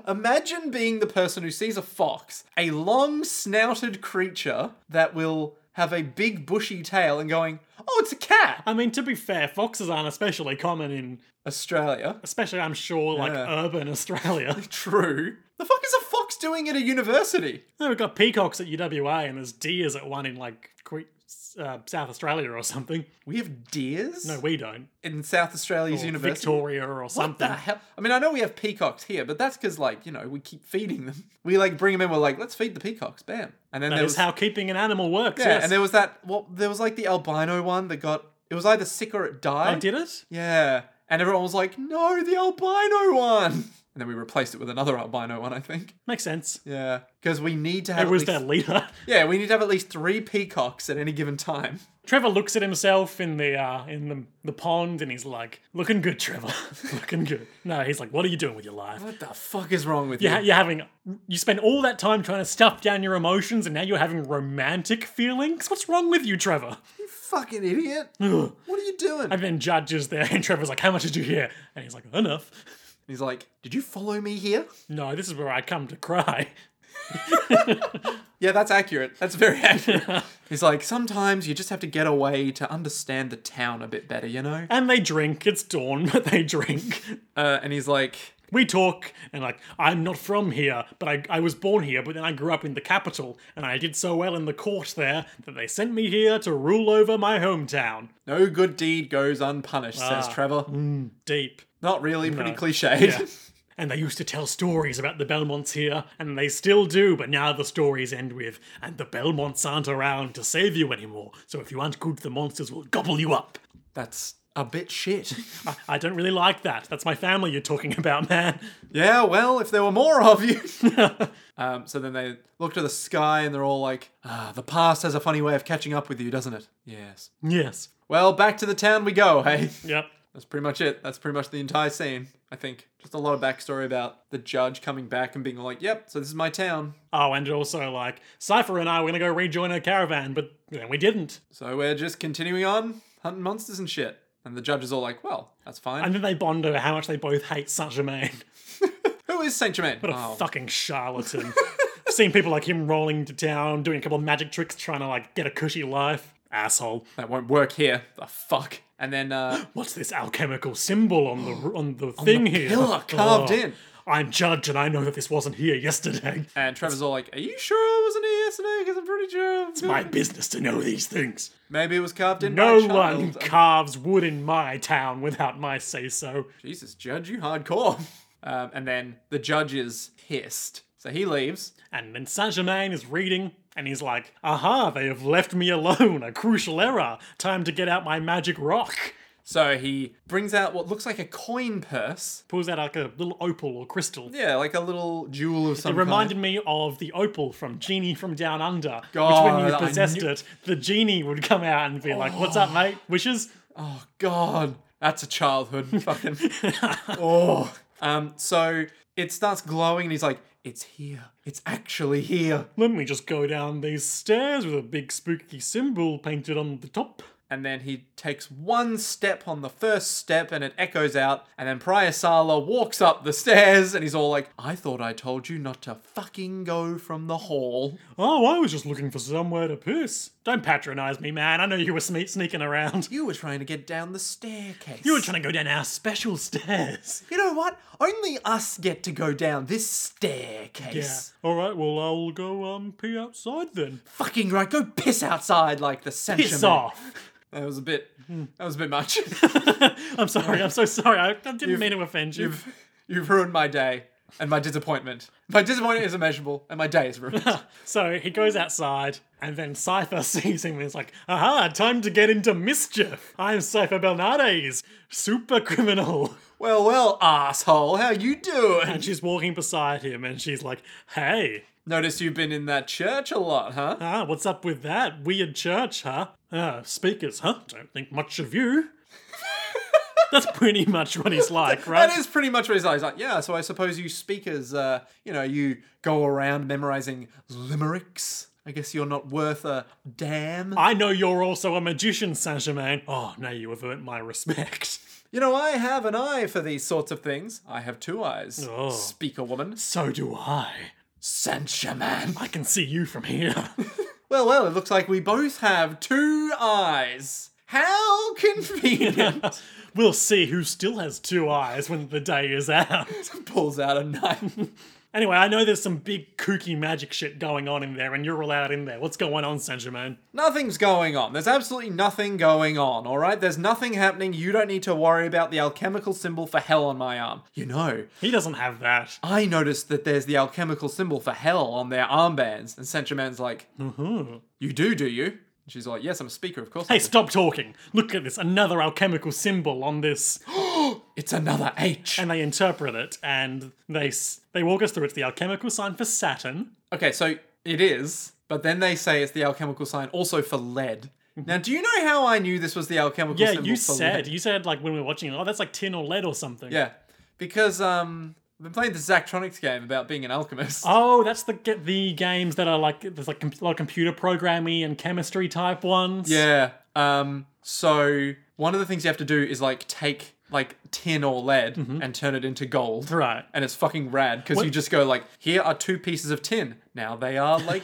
[SPEAKER 3] Imagine being the person who sees a fox, a long snouted creature that will have a big bushy tail and going, oh, it's a cat.
[SPEAKER 2] I mean, to be fair, foxes aren't especially common in,
[SPEAKER 3] Australia.
[SPEAKER 2] especially I'm sure, like
[SPEAKER 3] Yeah.
[SPEAKER 2] urban Australia.
[SPEAKER 3] True. The fuck is a fox doing at a university?
[SPEAKER 2] Then we've got peacocks at UWA, and there's deers at one in like Que- uh, South Australia or something.
[SPEAKER 3] We have deers
[SPEAKER 2] No, we Oh, don't.
[SPEAKER 3] in South Australia's
[SPEAKER 2] Or
[SPEAKER 3] university.
[SPEAKER 2] Victoria or
[SPEAKER 3] What
[SPEAKER 2] something.
[SPEAKER 3] the hell? I mean, I know we have peacocks here, but that's because, like, you know, we keep feeding them. We like bring them in. We're like, let's feed the peacocks, bam. And then
[SPEAKER 2] That
[SPEAKER 3] there
[SPEAKER 2] is
[SPEAKER 3] was
[SPEAKER 2] how keeping an animal works.
[SPEAKER 3] yeah,
[SPEAKER 2] yes.
[SPEAKER 3] and there was that. Well, there was like the albino one that got. It was either sick or it died.
[SPEAKER 2] I Oh, did it.
[SPEAKER 3] Yeah, and everyone was like, no, the albino one. And then we replaced it with another albino one, I think.
[SPEAKER 2] Makes sense.
[SPEAKER 3] Yeah, because we need to have.
[SPEAKER 2] It was
[SPEAKER 3] at least,
[SPEAKER 2] their leader.
[SPEAKER 3] Yeah, we need to have at least three peacocks at any given time.
[SPEAKER 2] Trevor looks at himself in the uh, in the, the pond and he's like, "Looking good, Trevor. Looking good." No, he's like, "What are you doing with your life?
[SPEAKER 3] What the fuck is wrong with
[SPEAKER 2] You're, ha-
[SPEAKER 3] you?
[SPEAKER 2] you're having you spend all that time trying to stuff down your emotions, and now you're having romantic feelings. What's wrong with you, Trevor?"
[SPEAKER 3] You fucking idiot!
[SPEAKER 2] Ugh.
[SPEAKER 3] What are you doing?
[SPEAKER 2] And then Judge is there, and Trevor's like, "How much did you hear?" And he's like, "Enough."
[SPEAKER 3] He's like, did you follow me here?
[SPEAKER 2] No, this is where I come to cry.
[SPEAKER 3] Yeah, that's accurate. That's very accurate. He's like, sometimes you just have to get away to understand the town a bit better, you know?
[SPEAKER 2] And they drink. It's dawn, but they drink.
[SPEAKER 3] Uh, and he's like,
[SPEAKER 2] we talk and like i'm not from here but I, I was born here but then i grew up in the capital and i did so well in the court there that they sent me here to rule over my hometown
[SPEAKER 3] no good deed goes unpunished,
[SPEAKER 2] Ah.
[SPEAKER 3] says Trevor.
[SPEAKER 2] deep
[SPEAKER 3] Not really, pretty cliched.
[SPEAKER 2] Yeah. and they used to tell stories about the belmonts here and they still do but now the stories end with and the belmonts aren't around to save you anymore so if you aren't good the monsters will gobble you up
[SPEAKER 3] that's a bit shit.
[SPEAKER 2] I- I don't really like that. That's my family you're talking about, man.
[SPEAKER 3] yeah, well, if there were more of you. um, so then they look to the sky and they're all like, ah, the past has a funny way of catching up with you, doesn't it? Yes.
[SPEAKER 2] Yes.
[SPEAKER 3] Well, back to the town we go, hey?
[SPEAKER 2] Yep.
[SPEAKER 3] That's pretty much it. That's pretty much the entire scene, I think. Just a lot of backstory about the judge coming back and being like, yep, so this is my town.
[SPEAKER 2] Oh, and also, like, Cypher and I were gonna go rejoin her caravan, but then we didn't.
[SPEAKER 3] So we're just continuing on hunting monsters and shit. And the judge is all like, well, that's fine.
[SPEAKER 2] And then they bond over how much they both hate Saint Germain.
[SPEAKER 3] Who is Saint Germain? "Oh,
[SPEAKER 2] What a fucking charlatan. I've seen people like him rolling into town, doing a couple of magic tricks, trying to, like, get a cushy life. Asshole.
[SPEAKER 3] that won't work here. The fuck. And then, uh,
[SPEAKER 2] What's this alchemical symbol on the on the thing here?
[SPEAKER 3] pillar carved
[SPEAKER 2] Oh.
[SPEAKER 3] in.
[SPEAKER 2] I'm judge, and I know that this wasn't here yesterday.
[SPEAKER 3] and Trevor's all like, are you sure I wasn't here yesterday? Because I'm pretty sure. It's
[SPEAKER 2] My business to know these things.
[SPEAKER 3] Maybe it was carved in
[SPEAKER 2] No
[SPEAKER 3] by a
[SPEAKER 2] one
[SPEAKER 3] child.
[SPEAKER 2] carves wood in my town without my say so.
[SPEAKER 3] "Oh, Jesus, judge, you hardcore. Um, and then the judge is pissed. So he leaves.
[SPEAKER 2] And then Saint Germain is reading, and he's like, Aha, they have left me alone, a crucial error. Time to get out my magic rock.
[SPEAKER 3] So he brings out what looks like a coin purse.
[SPEAKER 2] Pulls out like a little opal or crystal.
[SPEAKER 3] Yeah, like a little jewel of some
[SPEAKER 2] It
[SPEAKER 3] kind.
[SPEAKER 2] reminded me of the opal from Genie from Down Under, which when
[SPEAKER 3] God,
[SPEAKER 2] you
[SPEAKER 3] I
[SPEAKER 2] possessed
[SPEAKER 3] knew-
[SPEAKER 2] it, the genie would come out and be like, "What's up, mate? Wishes?"
[SPEAKER 3] Oh God, that's a childhood fucking. oh. Um. So it starts glowing, and he's like, "It's here. It's actually here."
[SPEAKER 2] Let me just go down these stairs with a big spooky symbol painted on the top.
[SPEAKER 3] And then he takes one step on the first step, and it echoes out. And then Priya Sala walks up the stairs, and he's all like, "I thought I told you not to fucking go from the hall."
[SPEAKER 2] Oh, I was just looking for somewhere to piss. Don't patronize me, man. I know you were sme- sneaking around.
[SPEAKER 3] You were trying to get down the staircase.
[SPEAKER 2] You were trying to go down our special stairs.
[SPEAKER 3] You know what? Only us get to go down this staircase.
[SPEAKER 2] All right. Well, I'll go um pee outside then.
[SPEAKER 3] Fucking right, go piss outside like the sentiment.
[SPEAKER 2] Piss off. Hmm.
[SPEAKER 3] That was a bit. That was a bit much.
[SPEAKER 2] I'm sorry. I'm so sorry. I, I didn't mean to offend you.
[SPEAKER 3] you've you've ruined my day and my disappointment. My disappointment is immeasurable, and my day is ruined.
[SPEAKER 2] So he goes outside, and then Cypher sees him and is like, "Aha! Time to get into mischief. I'm Cypher Belnades, super criminal."
[SPEAKER 3] well, well, asshole, how you doing?
[SPEAKER 2] And she's walking beside him, and she's like, "Hey,
[SPEAKER 3] Notice you've been in that church a lot, huh?
[SPEAKER 2] ah, what's up with that weird church, huh? Uh, speakers, huh? Don't think much of you." That's pretty much what he's like, right?
[SPEAKER 3] That is pretty much what he's like. He's like, yeah. So I suppose you speakers, uh, you know, you go around memorizing limericks. I guess you're not worth a damn.
[SPEAKER 2] I know you're also a magician, Saint Germain. Oh, now you have earned my respect.
[SPEAKER 3] You know, I have an eye for these sorts of things. I have two eyes.
[SPEAKER 2] Oh.
[SPEAKER 3] Speaker woman,
[SPEAKER 2] So do I.
[SPEAKER 3] censure man.
[SPEAKER 2] I can see you from here.
[SPEAKER 3] Well, well, it looks like we both have two eyes. How convenient.
[SPEAKER 2] We'll see who still has two eyes when the day is out.
[SPEAKER 3] Pulls out a knife.
[SPEAKER 2] Anyway, I know there's some big kooky magic shit going on in there, and you're allowed in there. What's going on, Saint Germain?
[SPEAKER 3] Nothing's going on. There's absolutely nothing going on, alright? There's nothing happening. You don't need to worry about the alchemical symbol for hell on my arm. You know,
[SPEAKER 2] He doesn't have that.
[SPEAKER 3] I noticed that there's the alchemical symbol for hell on their armbands. And Saint Germain's like, You do, do you? And she's like, Yes, I'm a speaker, of course.
[SPEAKER 2] Mm-hmm.
[SPEAKER 3] I
[SPEAKER 2] Hey,
[SPEAKER 3] do."
[SPEAKER 2] stop talking. Look at this. Another alchemical symbol on this.
[SPEAKER 3] it's another H.
[SPEAKER 2] And they interpret it, and they s- they walk us through. It's the alchemical sign for Saturn.
[SPEAKER 3] Okay, so it is, but then they say it's the alchemical sign also for lead. Now, do you know how I knew this was the alchemical
[SPEAKER 2] Mm-hmm. Yeah,
[SPEAKER 3] symbol
[SPEAKER 2] you
[SPEAKER 3] for
[SPEAKER 2] said
[SPEAKER 3] lead?
[SPEAKER 2] you said like when we were watching it. Oh, that's like tin or lead or something.
[SPEAKER 3] Yeah, because um, I've been playing the Zachtronics game about being an alchemist.
[SPEAKER 2] Oh, that's the ge- the games that are like there's like com- a lot of computer programming and chemistry type ones.
[SPEAKER 3] Yeah. Um. So one of the things you have to do is like take like tin or lead and turn it into gold.
[SPEAKER 2] Mm-hmm. Right.
[SPEAKER 3] And it's fucking rad because you just go like, here are two pieces of tin. Now they are like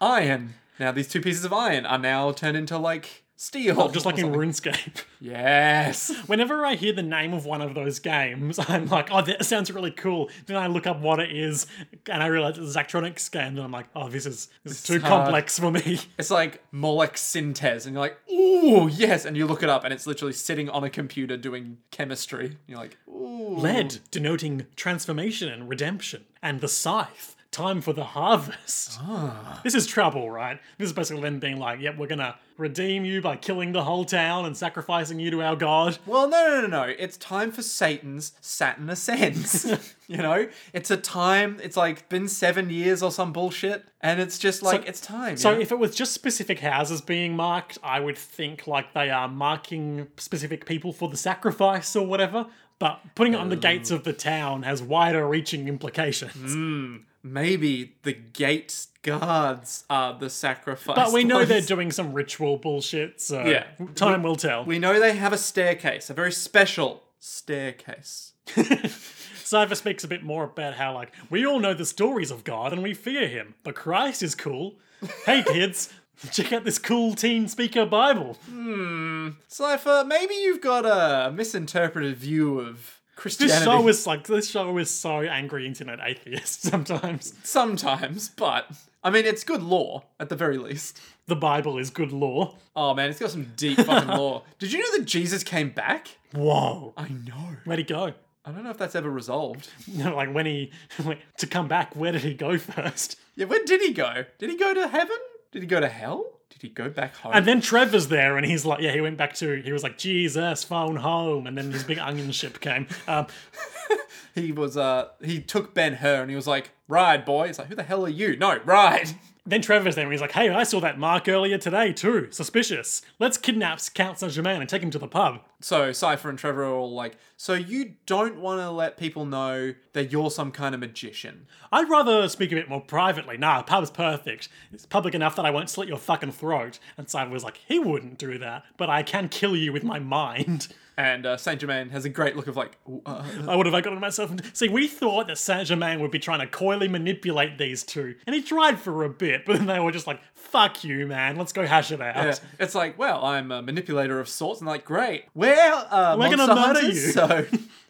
[SPEAKER 3] iron. Now these two pieces of iron are now turned into like steel.
[SPEAKER 2] Just like in RuneScape.
[SPEAKER 3] yes.
[SPEAKER 2] Whenever I hear the name of one of those games, I'm like, oh, that sounds really cool. Then I look up what it is, and I realize it's a Zachtronics game, and I'm like, oh, this is, this is too
[SPEAKER 3] hard.
[SPEAKER 2] complex for me.
[SPEAKER 3] It's like Molech Synthes, and you're like, ooh, yes, and you look it up, and it's literally sitting on a computer doing chemistry. And you're like, ooh,
[SPEAKER 2] Lead denoting transformation and redemption, and the scythe. Time for the harvest.
[SPEAKER 3] Ah.
[SPEAKER 2] This is trouble, right? This is basically them being like, yep, we're gonna redeem you by killing the whole town and sacrificing you to our god.
[SPEAKER 3] Well, no, no, no, no. It's time for Satan's Saturn ascends. you know, it's a time. It's like been seven years or some bullshit, and it's just like it's time.
[SPEAKER 2] So
[SPEAKER 3] you know?
[SPEAKER 2] if it was just specific houses being marked, I would think like they are marking specific people for the sacrifice or whatever. But putting it on the
[SPEAKER 3] Oh.
[SPEAKER 2] gates of the town has wider reaching implications.
[SPEAKER 3] Mm. maybe the gate guards are the sacrifice.
[SPEAKER 2] But we know
[SPEAKER 3] ones.
[SPEAKER 2] they're doing some ritual bullshit, so
[SPEAKER 3] Yeah.
[SPEAKER 2] time will tell.
[SPEAKER 3] We know they have a staircase, a very special staircase.
[SPEAKER 2] Cypher speaks a bit more about how, like, we all know the stories of God and we fear him, but Christ is cool. Hey, kids, check out this cool teen speaker Bible.
[SPEAKER 3] Cipher, maybe you've got a misinterpreted view of Christianity.
[SPEAKER 2] This show is like, this show is so angry internet atheist sometimes.
[SPEAKER 3] sometimes, but I mean, it's good lore at the very least.
[SPEAKER 2] the Bible is good law.
[SPEAKER 3] Oh man, it's got some deep fucking lore. Did you know that Jesus came back?
[SPEAKER 2] Whoa.
[SPEAKER 3] I know.
[SPEAKER 2] Where'd he go?
[SPEAKER 3] I don't know if that's ever resolved.
[SPEAKER 2] like when he went to come back, where did he go first?
[SPEAKER 3] Yeah, where did he go? Did he go to heaven? Did he go to hell? Did he go back home?
[SPEAKER 2] And then Trevor's there, and he's like, yeah, he went back to, he was like, Jesus, phone home, and then this big onion ship came. Um,
[SPEAKER 3] he was uh he took Ben Hur and he was like, Ride boy. It's like, who the hell are you? No, ride.
[SPEAKER 2] then Trevor's there, and he's like, hey, I saw that mark earlier today too. Suspicious. Let's kidnap Count Saint Germain and take him to the pub.
[SPEAKER 3] So Cypher and Trevor are all like, so you don't want to let people know that you're some kind of magician.
[SPEAKER 2] I'd rather speak a bit more privately. Nah, pub's perfect. It's public enough that I won't slit your fucking throat. And Cypher was like, he wouldn't do that, but I can kill you with my mind.
[SPEAKER 3] And uh, Saint Germain has a great look of like, "Ooh, uh,
[SPEAKER 2] I would have I gotten myself into. See, we thought that Saint Germain would be trying to coyly manipulate these two, and he tried for a bit, but then they were just like, "Fuck you, man. Let's go hash it out."
[SPEAKER 3] Yeah. It's like, well, I'm a manipulator of sorts, and like, great. We're uh,
[SPEAKER 2] We're gonna
[SPEAKER 3] monster
[SPEAKER 2] murder
[SPEAKER 3] hunters,
[SPEAKER 2] you.
[SPEAKER 3] So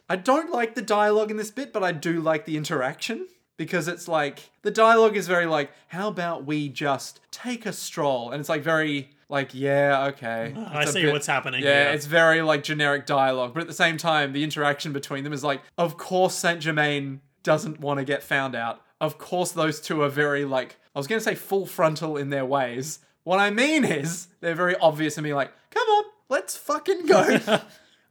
[SPEAKER 3] I don't like the dialogue in this bit, but I do like the interaction because it's like the dialogue is very like, how about we just take a stroll? And it's like very like, yeah, okay.
[SPEAKER 2] I
[SPEAKER 3] It's a
[SPEAKER 2] see
[SPEAKER 3] bit-
[SPEAKER 2] what's happening.
[SPEAKER 3] Yeah,
[SPEAKER 2] here.
[SPEAKER 3] it's very like generic dialogue, but at the same time, the interaction between them is like, of course, Saint Germain doesn't want to get found out. Of course, those two are very like, I was going to say full frontal in their ways. What I mean is, they're very obvious and being like, come on, let's fucking go.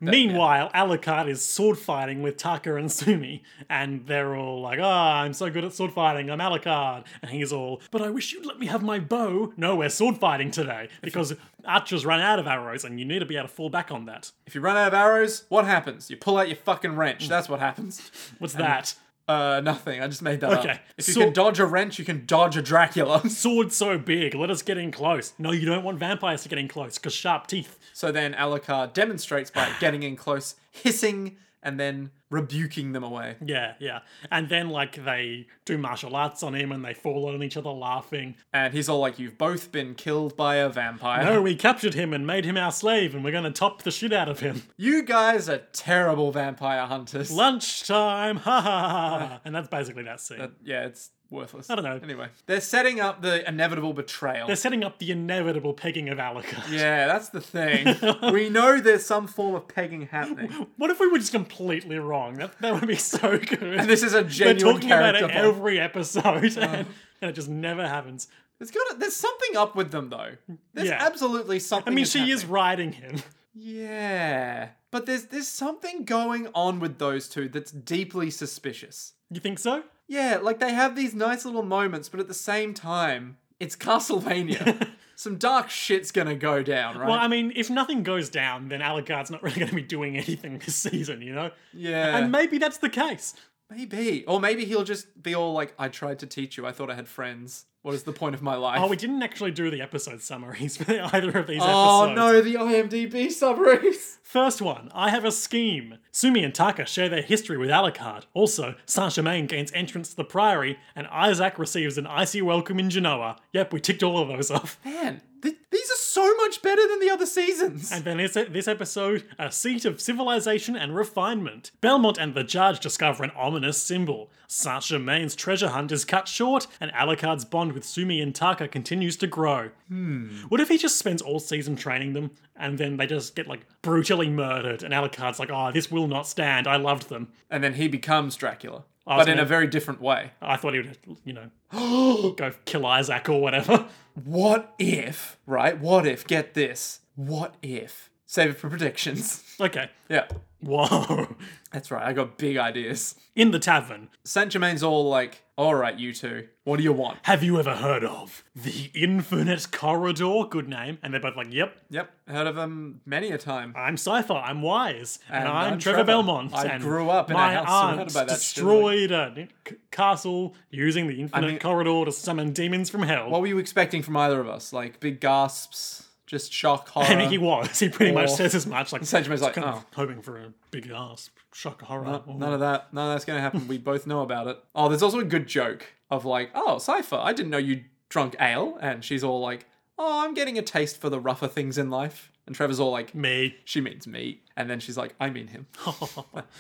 [SPEAKER 2] Meanwhile, Alucard is sword fighting with Taka and Sumi, and they're all like, "Ah, I'm so good at sword fighting. I'm Alucard," and he's all, "But I wish you'd let me have my bow." No, we're sword fighting today because archers run out of arrows, and you need to be able to fall back on that.
[SPEAKER 3] if you run out of arrows, what happens? You pull out your fucking
[SPEAKER 2] Mm.
[SPEAKER 3] wrench. That's what happens.
[SPEAKER 2] What's that?
[SPEAKER 3] Uh, nothing. I just made that up.
[SPEAKER 2] Okay,
[SPEAKER 3] If you
[SPEAKER 2] so-
[SPEAKER 3] can dodge a wrench, you can dodge a Dracula.
[SPEAKER 2] sword so big, let us get in close. No, you don't want vampires to get in close, because sharp teeth.
[SPEAKER 3] So then Alucard demonstrates by getting in close, hissing, and then rebuking them away.
[SPEAKER 2] Yeah, yeah. And then like they do martial arts on him and they fall on each other laughing.
[SPEAKER 3] And he's all like, You've both been killed by a vampire.
[SPEAKER 2] No, "Oh, we captured him and made him our slave and we're gonna top the shit out of him.
[SPEAKER 3] You guys are terrible vampire hunters.
[SPEAKER 2] Lunchtime, ha ha ha. ha. And that's basically that scene.
[SPEAKER 3] yeah, it's worthless.
[SPEAKER 2] I don't know.
[SPEAKER 3] Anyway, they're setting up the inevitable betrayal.
[SPEAKER 2] They're setting up the inevitable pegging of Alaka.
[SPEAKER 3] yeah, that's the thing. we know there's some form of pegging happening.
[SPEAKER 2] What if we were just completely wrong? That that would be so good.
[SPEAKER 3] And this is a
[SPEAKER 2] They're
[SPEAKER 3] genuine
[SPEAKER 2] talking about
[SPEAKER 3] character. Uh-huh.
[SPEAKER 2] it
[SPEAKER 3] flaw.
[SPEAKER 2] every episode, and, and it just never happens.
[SPEAKER 3] It's got there's something up with them though. There's
[SPEAKER 2] Yeah.
[SPEAKER 3] absolutely
[SPEAKER 2] I
[SPEAKER 3] something.
[SPEAKER 2] mean, she is riding him.
[SPEAKER 3] Yeah, but there's there's something going on with those two that's deeply suspicious.
[SPEAKER 2] You think so?
[SPEAKER 3] Yeah, like they have these nice little moments, but at the same time, it's Castlevania. Some dark shit's gonna go down, right?
[SPEAKER 2] Well, I mean, if nothing goes down, then Alucard's not really going to be doing anything this season, you know?
[SPEAKER 3] yeah,
[SPEAKER 2] And maybe that's the case.
[SPEAKER 3] maybe, or maybe he'll just be all like, "I tried to teach you. I thought I had friends. What is the point of my life?"
[SPEAKER 2] Oh, we didn't actually do the episode summaries for either of these
[SPEAKER 3] Oh,
[SPEAKER 2] episodes.
[SPEAKER 3] no, the IMDb summaries.
[SPEAKER 2] First one, I have a scheme. Sumi and Taka share their history with Alucard. Also, Saint Germain gains entrance to the Priory, and Isaac receives an icy welcome in Genoa. Yep, we ticked all of those off.
[SPEAKER 3] Man, th- these are so much better than the other seasons.
[SPEAKER 2] And then this, this episode, a seat of civilization and refinement. Belmont and the judge discover an ominous symbol. Saint Germain's treasure hunt is cut short, and Alucard's bond with Sumi and Taka continues to grow. Hmm. What if he just spends all season training them, and then they just get like brutally murdered, and Alucard's like, "Oh, this will not stand. I loved them.
[SPEAKER 3] And then he becomes Dracula,
[SPEAKER 2] was
[SPEAKER 3] but in
[SPEAKER 2] gonna-
[SPEAKER 3] a very different way.
[SPEAKER 2] I thought he would, you know, go kill Isaac or whatever."
[SPEAKER 3] What if, right? What if, get this. What if? Save it for predictions.
[SPEAKER 2] Okay.
[SPEAKER 3] yeah,
[SPEAKER 2] Whoa.
[SPEAKER 3] that's right. I got big ideas.
[SPEAKER 2] In the tavern,
[SPEAKER 3] Saint Germain's all like, all right, you two, what do you want?
[SPEAKER 2] Have you ever heard of the Infinite Corridor? Good name. And they're both like, yep,
[SPEAKER 3] Yep, heard of him many a time.
[SPEAKER 2] I'm Cypher, I'm Wise, and,
[SPEAKER 3] And
[SPEAKER 2] I'm,
[SPEAKER 3] I'm
[SPEAKER 2] Trevor,
[SPEAKER 3] Trevor.
[SPEAKER 2] Belmont.
[SPEAKER 3] I
[SPEAKER 2] and
[SPEAKER 3] grew up in a
[SPEAKER 2] my
[SPEAKER 3] house
[SPEAKER 2] aunt
[SPEAKER 3] surrounded by that shit,
[SPEAKER 2] destroyed a n- c- castle using the Infinite
[SPEAKER 3] mean-
[SPEAKER 2] Corridor to summon demons from hell.
[SPEAKER 3] What were you expecting from either of us? Like big gasps, just shock, horror.
[SPEAKER 2] and he was. He pretty much
[SPEAKER 3] uh, Or-
[SPEAKER 2] says as much. Like,
[SPEAKER 3] Saint Germain's like,
[SPEAKER 2] kind of
[SPEAKER 3] oh.
[SPEAKER 2] hoping for a big ass shock horror. or-
[SPEAKER 3] None of that. None of that's going to happen. We both know about it. Oh, there's also a good joke of like, oh, Cypher, I didn't know you drunk ale. And she's all like, oh, I'm getting a taste for the rougher things in life. And Trevor's all like,
[SPEAKER 2] Me.
[SPEAKER 3] she means me. And then she's like, I mean him.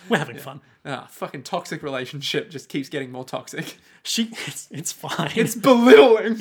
[SPEAKER 2] We're having fun.
[SPEAKER 3] ah, fucking toxic relationship just keeps getting more toxic.
[SPEAKER 2] She, it's, it's fine.
[SPEAKER 3] It's belittling.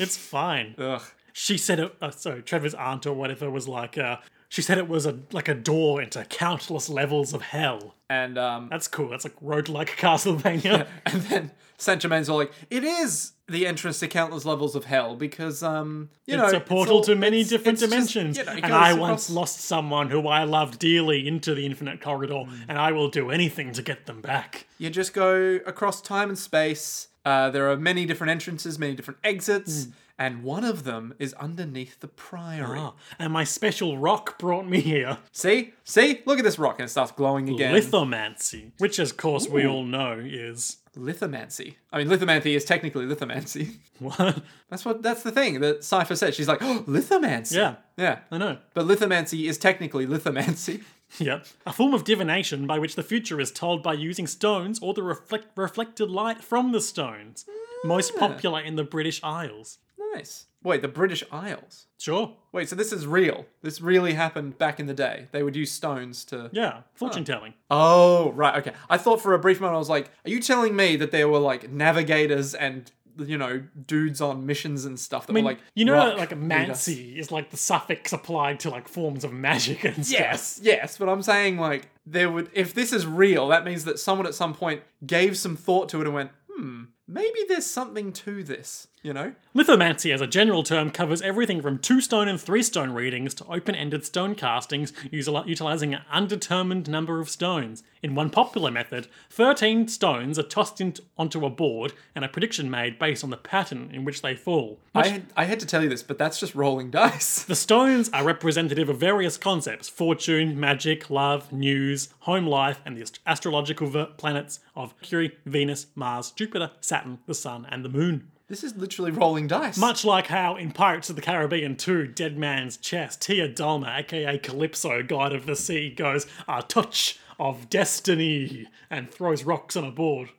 [SPEAKER 2] it's fine.
[SPEAKER 3] Ugh.
[SPEAKER 2] she said it. Uh, so Trevor's aunt or whatever was like, uh, she said it was a like a door into countless levels of hell.
[SPEAKER 3] And um,
[SPEAKER 2] That's cool. That's like roguelike Castlevania.
[SPEAKER 3] and then Saint Germain's all like, it is the entrance to countless levels of hell because um, you know,
[SPEAKER 2] it's a portal
[SPEAKER 3] all-
[SPEAKER 2] to many
[SPEAKER 3] it's-
[SPEAKER 2] different
[SPEAKER 3] it's just,
[SPEAKER 2] dimensions.
[SPEAKER 3] you know,
[SPEAKER 2] and
[SPEAKER 3] it goes
[SPEAKER 2] I
[SPEAKER 3] across-
[SPEAKER 2] once lost someone who I loved dearly into the infinite corridor,
[SPEAKER 3] Mm.
[SPEAKER 2] and I will do anything to get them back.
[SPEAKER 3] You just go across time and space. Uh, there are many different entrances, many different exits,
[SPEAKER 2] Hmm.
[SPEAKER 3] and one of them is underneath the priory.
[SPEAKER 2] Ah, and my special rock brought me here,
[SPEAKER 3] See? See? Look at this rock, and it starts glowing again.
[SPEAKER 2] lithomancy, which, of course, we all know is
[SPEAKER 3] lithomancy. I mean, lithomancy is technically lithomancy.
[SPEAKER 2] what?
[SPEAKER 3] That's what. That's the thing that Cypher said. She's like, oh, lithomancy.
[SPEAKER 2] Yeah.
[SPEAKER 3] Yeah.
[SPEAKER 2] I know.
[SPEAKER 3] But lithomancy is technically lithomancy.
[SPEAKER 2] Yep. A form of divination by which the future is told by using stones or the reflect- reflected light from the stones. Most popular in the British Isles.
[SPEAKER 3] Nice. Wait, the British Isles.
[SPEAKER 2] Sure.
[SPEAKER 3] Wait, so this is real. This really happened back in the day. They would use stones to
[SPEAKER 2] Yeah. Fortune telling.
[SPEAKER 3] Oh, right. Okay. I thought for a brief moment, I was like, are you telling me that there were like navigators and, you know, dudes on missions and stuff that
[SPEAKER 2] I mean,
[SPEAKER 3] were like,
[SPEAKER 2] you know,
[SPEAKER 3] "Rock,
[SPEAKER 2] that, like
[SPEAKER 3] lead us."
[SPEAKER 2] mancy is like the suffix applied to like forms of magic and stuff.
[SPEAKER 3] Yes, yes. But I'm saying like, there would, if this is real, that means that someone at some point gave some thought to it and went, hmm, maybe there's something to this, you know?
[SPEAKER 2] Lithomancy, as a general term, covers everything from two stone and three stone readings to open ended stone castings util- utilizing an undetermined number of stones. In one popular method, 13 stones are tossed in- onto a board and a prediction made based on the pattern in which they fall.
[SPEAKER 3] I had, I had to tell you this, but that's just rolling dice.
[SPEAKER 2] The stones are representative of various concepts fortune, magic, love, news, home life, and the ast- astrological ver- planets of Mercury, Venus, Mars, Jupiter, Saturn, the Sun, and the Moon.
[SPEAKER 3] This is literally rolling dice.
[SPEAKER 2] Much like how in Pirates of the Caribbean 2, Dead Man's Chest, Tia Dalma, aka Calypso, God of the Sea, goes, I touch, of destiny and throws rocks on a board.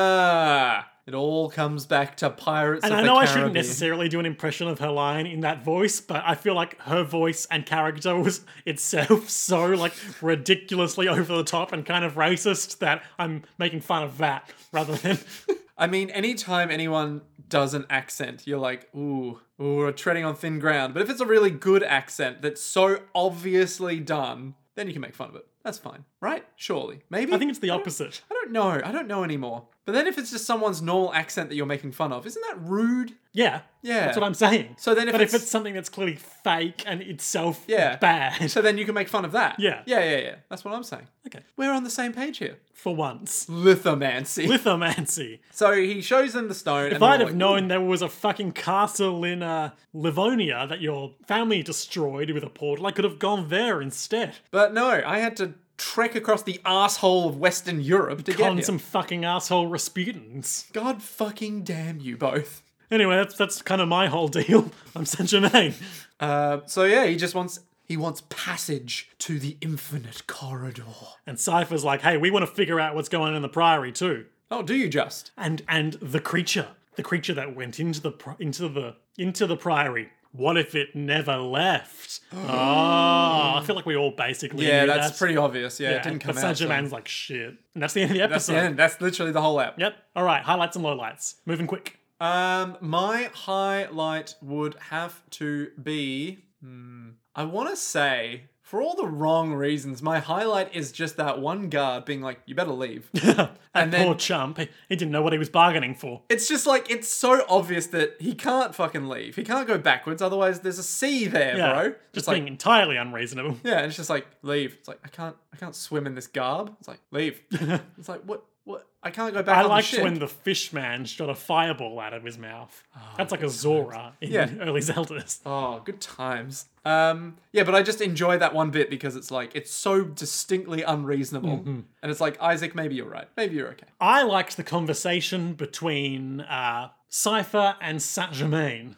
[SPEAKER 3] Ah, it all comes back to pirates.
[SPEAKER 2] And
[SPEAKER 3] of
[SPEAKER 2] I
[SPEAKER 3] the
[SPEAKER 2] know I
[SPEAKER 3] Caribbean.
[SPEAKER 2] shouldn't necessarily do an impression of her line in that voice, but I feel like her voice and character was itself so like ridiculously over the top and kind of racist that I'm making fun of that rather than
[SPEAKER 3] I mean, anytime anyone does an accent, you're like, ooh, ooh, we're treading on thin ground. But if it's a really good accent that's so obviously done, then you can make fun of it. That's fine, right? Surely, maybe.
[SPEAKER 2] I think it's the opposite.
[SPEAKER 3] I don't know. I don't know anymore. But then if it's just someone's normal accent that you're making fun of, isn't that rude?
[SPEAKER 2] Yeah.
[SPEAKER 3] Yeah.
[SPEAKER 2] That's what I'm saying.
[SPEAKER 3] So then if
[SPEAKER 2] but
[SPEAKER 3] it's-
[SPEAKER 2] if it's something that's clearly fake and itself
[SPEAKER 3] Yeah.
[SPEAKER 2] bad,
[SPEAKER 3] So then you can make fun of that.
[SPEAKER 2] Yeah.
[SPEAKER 3] Yeah, yeah, yeah. That's what I'm saying.
[SPEAKER 2] Okay.
[SPEAKER 3] We're on the same page here.
[SPEAKER 2] for once.
[SPEAKER 3] Lithomancy.
[SPEAKER 2] Lithomancy.
[SPEAKER 3] so he shows them the stone.
[SPEAKER 2] If I'd have known there was a fucking castle in uh, Livonia that your family destroyed with a portal, I could have gone there instead.
[SPEAKER 3] But no, I had to trek across the asshole of Western Europe to get
[SPEAKER 2] On
[SPEAKER 3] here.
[SPEAKER 2] some fucking asshole Rasputins.
[SPEAKER 3] God fucking damn you both.
[SPEAKER 2] Anyway, that's that's kind of my whole deal. I'm Saint Germain.
[SPEAKER 3] Uh, so yeah, he just wants he wants passage to the infinite corridor.
[SPEAKER 2] And Cypher's like, hey, we want to figure out what's going on in the Priory too.
[SPEAKER 3] Oh, do you just?
[SPEAKER 2] And and the creature, the creature that went into the pri- into the into the Priory. What if it never left? oh, I feel like we all basically
[SPEAKER 3] Yeah,
[SPEAKER 2] knew
[SPEAKER 3] that's
[SPEAKER 2] that.
[SPEAKER 3] pretty obvious. Yeah,
[SPEAKER 2] Yeah,
[SPEAKER 3] it didn't come
[SPEAKER 2] but
[SPEAKER 3] out.
[SPEAKER 2] Saint
[SPEAKER 3] so-
[SPEAKER 2] Germain's like shit, and that's the end of the episode.
[SPEAKER 3] That's the end. That's literally the whole app.
[SPEAKER 2] Yep. All right. Highlights and lowlights. Moving quick.
[SPEAKER 3] Um, my highlight would have to be. hmm, I want to say, for all the wrong reasons, my highlight is just that one guard being like, "You better leave." and
[SPEAKER 2] Poor
[SPEAKER 3] then
[SPEAKER 2] chump. He, he didn't know what he was bargaining for.
[SPEAKER 3] it's just like it's so obvious that he can't fucking leave. He can't go backwards, otherwise there's a sea there,
[SPEAKER 2] Yeah,
[SPEAKER 3] bro.
[SPEAKER 2] just
[SPEAKER 3] It's like, Oh,
[SPEAKER 2] being entirely unreasonable.
[SPEAKER 3] yeah, and it's just like leave. It's like I can't, I can't swim in this garb. It's like leave. it's like what, what? I can't go back.
[SPEAKER 2] I
[SPEAKER 3] on
[SPEAKER 2] liked
[SPEAKER 3] the ship.
[SPEAKER 2] when the fish man shot a fireball out of his mouth.
[SPEAKER 3] Oh,
[SPEAKER 2] That's like a Zora in
[SPEAKER 3] Yeah.
[SPEAKER 2] early Zeldas.
[SPEAKER 3] Oh, good times. Um, yeah, but I just enjoy that one bit because it's like it's so distinctly unreasonable,
[SPEAKER 2] Mm-hmm.
[SPEAKER 3] and it's like Isaac, maybe you're right, maybe you're okay.
[SPEAKER 2] I liked the conversation between uh, Cypher and Saint Germain.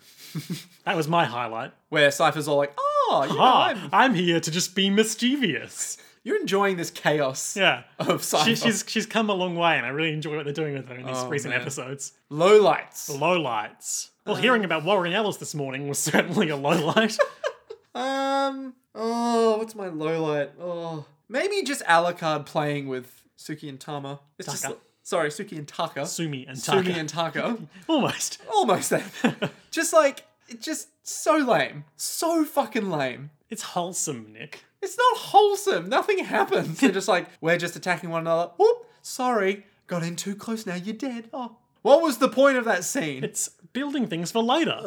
[SPEAKER 2] that was my highlight.
[SPEAKER 3] Where Cypher's all like, "Oh, you know,
[SPEAKER 2] Ah,
[SPEAKER 3] I'm-
[SPEAKER 2] I'm, here to just be mischievous.
[SPEAKER 3] you're enjoying this chaos
[SPEAKER 2] Yeah.
[SPEAKER 3] of Cypher."
[SPEAKER 2] She, she's she's come a long way, and I really enjoy what they're doing with her in these recent
[SPEAKER 3] Oh, man. Uh.
[SPEAKER 2] episodes.
[SPEAKER 3] Low lights.
[SPEAKER 2] Low lights. Well, hearing about Warren Ellis this morning was certainly a low light.
[SPEAKER 3] Um. Oh, what's my low light? Oh, maybe just Alucard playing with Suki and Tama. It's just
[SPEAKER 2] Taka.
[SPEAKER 3] sorry, Suki and Taka.
[SPEAKER 2] Sumi and Taka.
[SPEAKER 3] Sumi and Taka.
[SPEAKER 2] Almost.
[SPEAKER 3] Almost there. just like it's just so lame, so fucking lame.
[SPEAKER 2] It's wholesome, Nick.
[SPEAKER 3] It's not wholesome. Nothing happens. They're just like, we're just attacking one another. Whoop, sorry. Got in too close. Now you're dead. Oh. What was the point of that scene?
[SPEAKER 2] It's building things for later.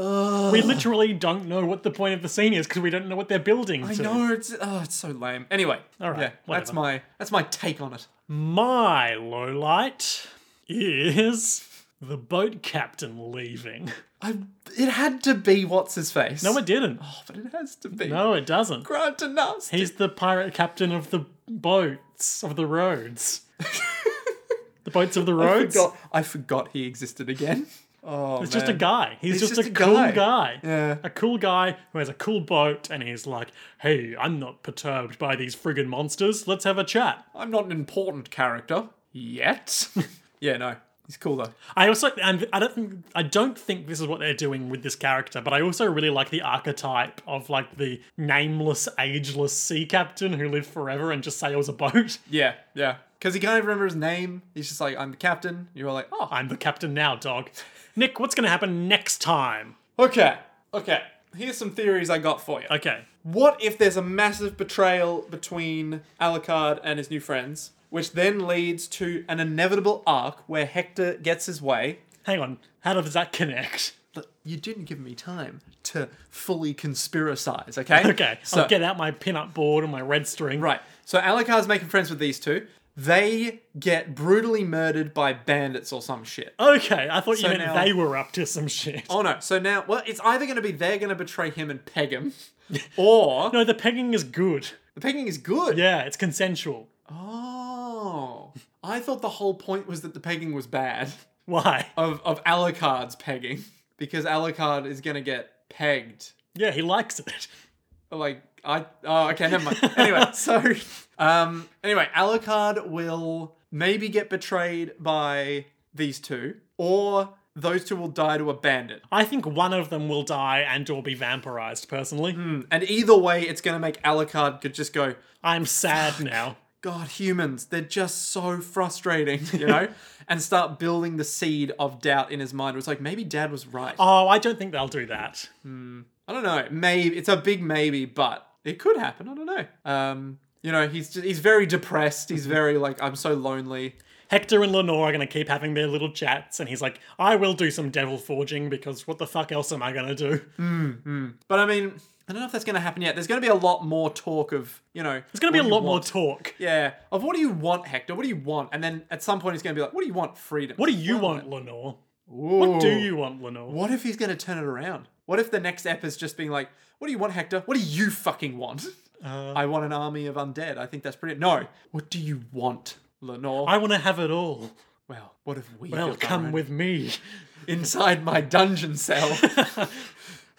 [SPEAKER 2] We literally don't know what the point of the scene is because we don't know what they're building.
[SPEAKER 3] I
[SPEAKER 2] to.
[SPEAKER 3] know it's oh, it's so lame. Anyway,
[SPEAKER 2] All right,
[SPEAKER 3] yeah, that's
[SPEAKER 2] whatever.
[SPEAKER 3] my that's my take on it.
[SPEAKER 2] My low light is the boat captain leaving.
[SPEAKER 3] I it had to be what's his face.
[SPEAKER 2] No, it didn't.
[SPEAKER 3] oh, but it has to be.
[SPEAKER 2] No, it doesn't.
[SPEAKER 3] Grant Denasty.
[SPEAKER 2] He's the pirate captain of the boats of the roads. the boats of the
[SPEAKER 3] I
[SPEAKER 2] roads.
[SPEAKER 3] forgot, I forgot he existed again. Oh,
[SPEAKER 2] It's just a guy. He's, just,
[SPEAKER 3] just
[SPEAKER 2] a,
[SPEAKER 3] a
[SPEAKER 2] cool
[SPEAKER 3] guy.
[SPEAKER 2] guy.
[SPEAKER 3] Yeah.
[SPEAKER 2] A cool guy who has a cool boat and he's like, hey, I'm not perturbed by these friggin' monsters. Let's have a chat.
[SPEAKER 3] I'm not an important character yet. yeah, no, he's cool though.
[SPEAKER 2] I also and I don't think I don't think this is what they're doing with this character, but I also really like the archetype of like the nameless, ageless sea captain who lived forever and just sails a boat.
[SPEAKER 3] Yeah, yeah. Because he can't even remember his name. He's just like, I'm the captain. You're like, oh,
[SPEAKER 2] I'm the captain now, dog. Nick, what's gonna happen next time?
[SPEAKER 3] Okay, okay. Here's some theories I got for you.
[SPEAKER 2] Okay.
[SPEAKER 3] What if there's a massive betrayal between Alucard and his new friends, which then leads to an inevitable arc where Hector gets his way?
[SPEAKER 2] Hang on. How does that connect?
[SPEAKER 3] But you didn't give me time to fully conspiracize, okay?
[SPEAKER 2] Okay, I'll get out my pin-up board and my red string.
[SPEAKER 3] Right. So Alucard's making friends with these two. They get brutally murdered by bandits or some shit.
[SPEAKER 2] Okay, I thought
[SPEAKER 3] So
[SPEAKER 2] you meant
[SPEAKER 3] now-
[SPEAKER 2] they were up to some shit.
[SPEAKER 3] Oh no! So now, well, it's either going to be they're going to betray him and peg him, or
[SPEAKER 2] No, the pegging is good.
[SPEAKER 3] the pegging is good.
[SPEAKER 2] Yeah, it's consensual.
[SPEAKER 3] Oh, I thought the whole point was that the pegging was bad
[SPEAKER 2] Why?
[SPEAKER 3] of of Alucard's pegging because Alucard is going to get pegged.
[SPEAKER 2] Yeah, he likes it.
[SPEAKER 3] Like I oh okay never mind. Anyway, so um anyway, Alucard will maybe get betrayed by these two, or those two will die to a bandit.
[SPEAKER 2] I think one of them will die and or be vampirized, personally.
[SPEAKER 3] And either way, it's gonna make Alucard could just go,
[SPEAKER 2] I'm sad now.
[SPEAKER 3] God, humans, they're just so frustrating, you know? and start building the seed of doubt in his mind. It was like maybe dad was right.
[SPEAKER 2] Oh, I don't think they'll do that.
[SPEAKER 3] I don't know. Maybe it's a big maybe, but it could happen. I don't know. Um, you know, he's just, he's very depressed. He's very like, I'm so lonely.
[SPEAKER 2] Hector and Lenore are going to keep having their little chats, and he's like, I will do some devil forging because what the fuck else am I going to do?
[SPEAKER 3] But I mean, I don't know if that's going to happen yet. There's going to be a lot more talk of, you know,
[SPEAKER 2] There's going to be a lot more talk.
[SPEAKER 3] yeah, of what do you want, Hector? What do you want? And then at some point, he's going to be like, What do you want? Freedom.
[SPEAKER 2] What do you want, Lenore? What do you want, Lenore?
[SPEAKER 3] What if he's going to turn it around? What if the next ep is just being like, What do you want, Hector? What do you fucking want?
[SPEAKER 2] Uh.
[SPEAKER 3] I want an army of undead. I think that's pretty. No. What do you want, Lenore?
[SPEAKER 2] I want to have it all.
[SPEAKER 3] well, what if we
[SPEAKER 2] Well,
[SPEAKER 3] built our
[SPEAKER 2] come
[SPEAKER 3] own-
[SPEAKER 2] with me.
[SPEAKER 3] inside my dungeon cell.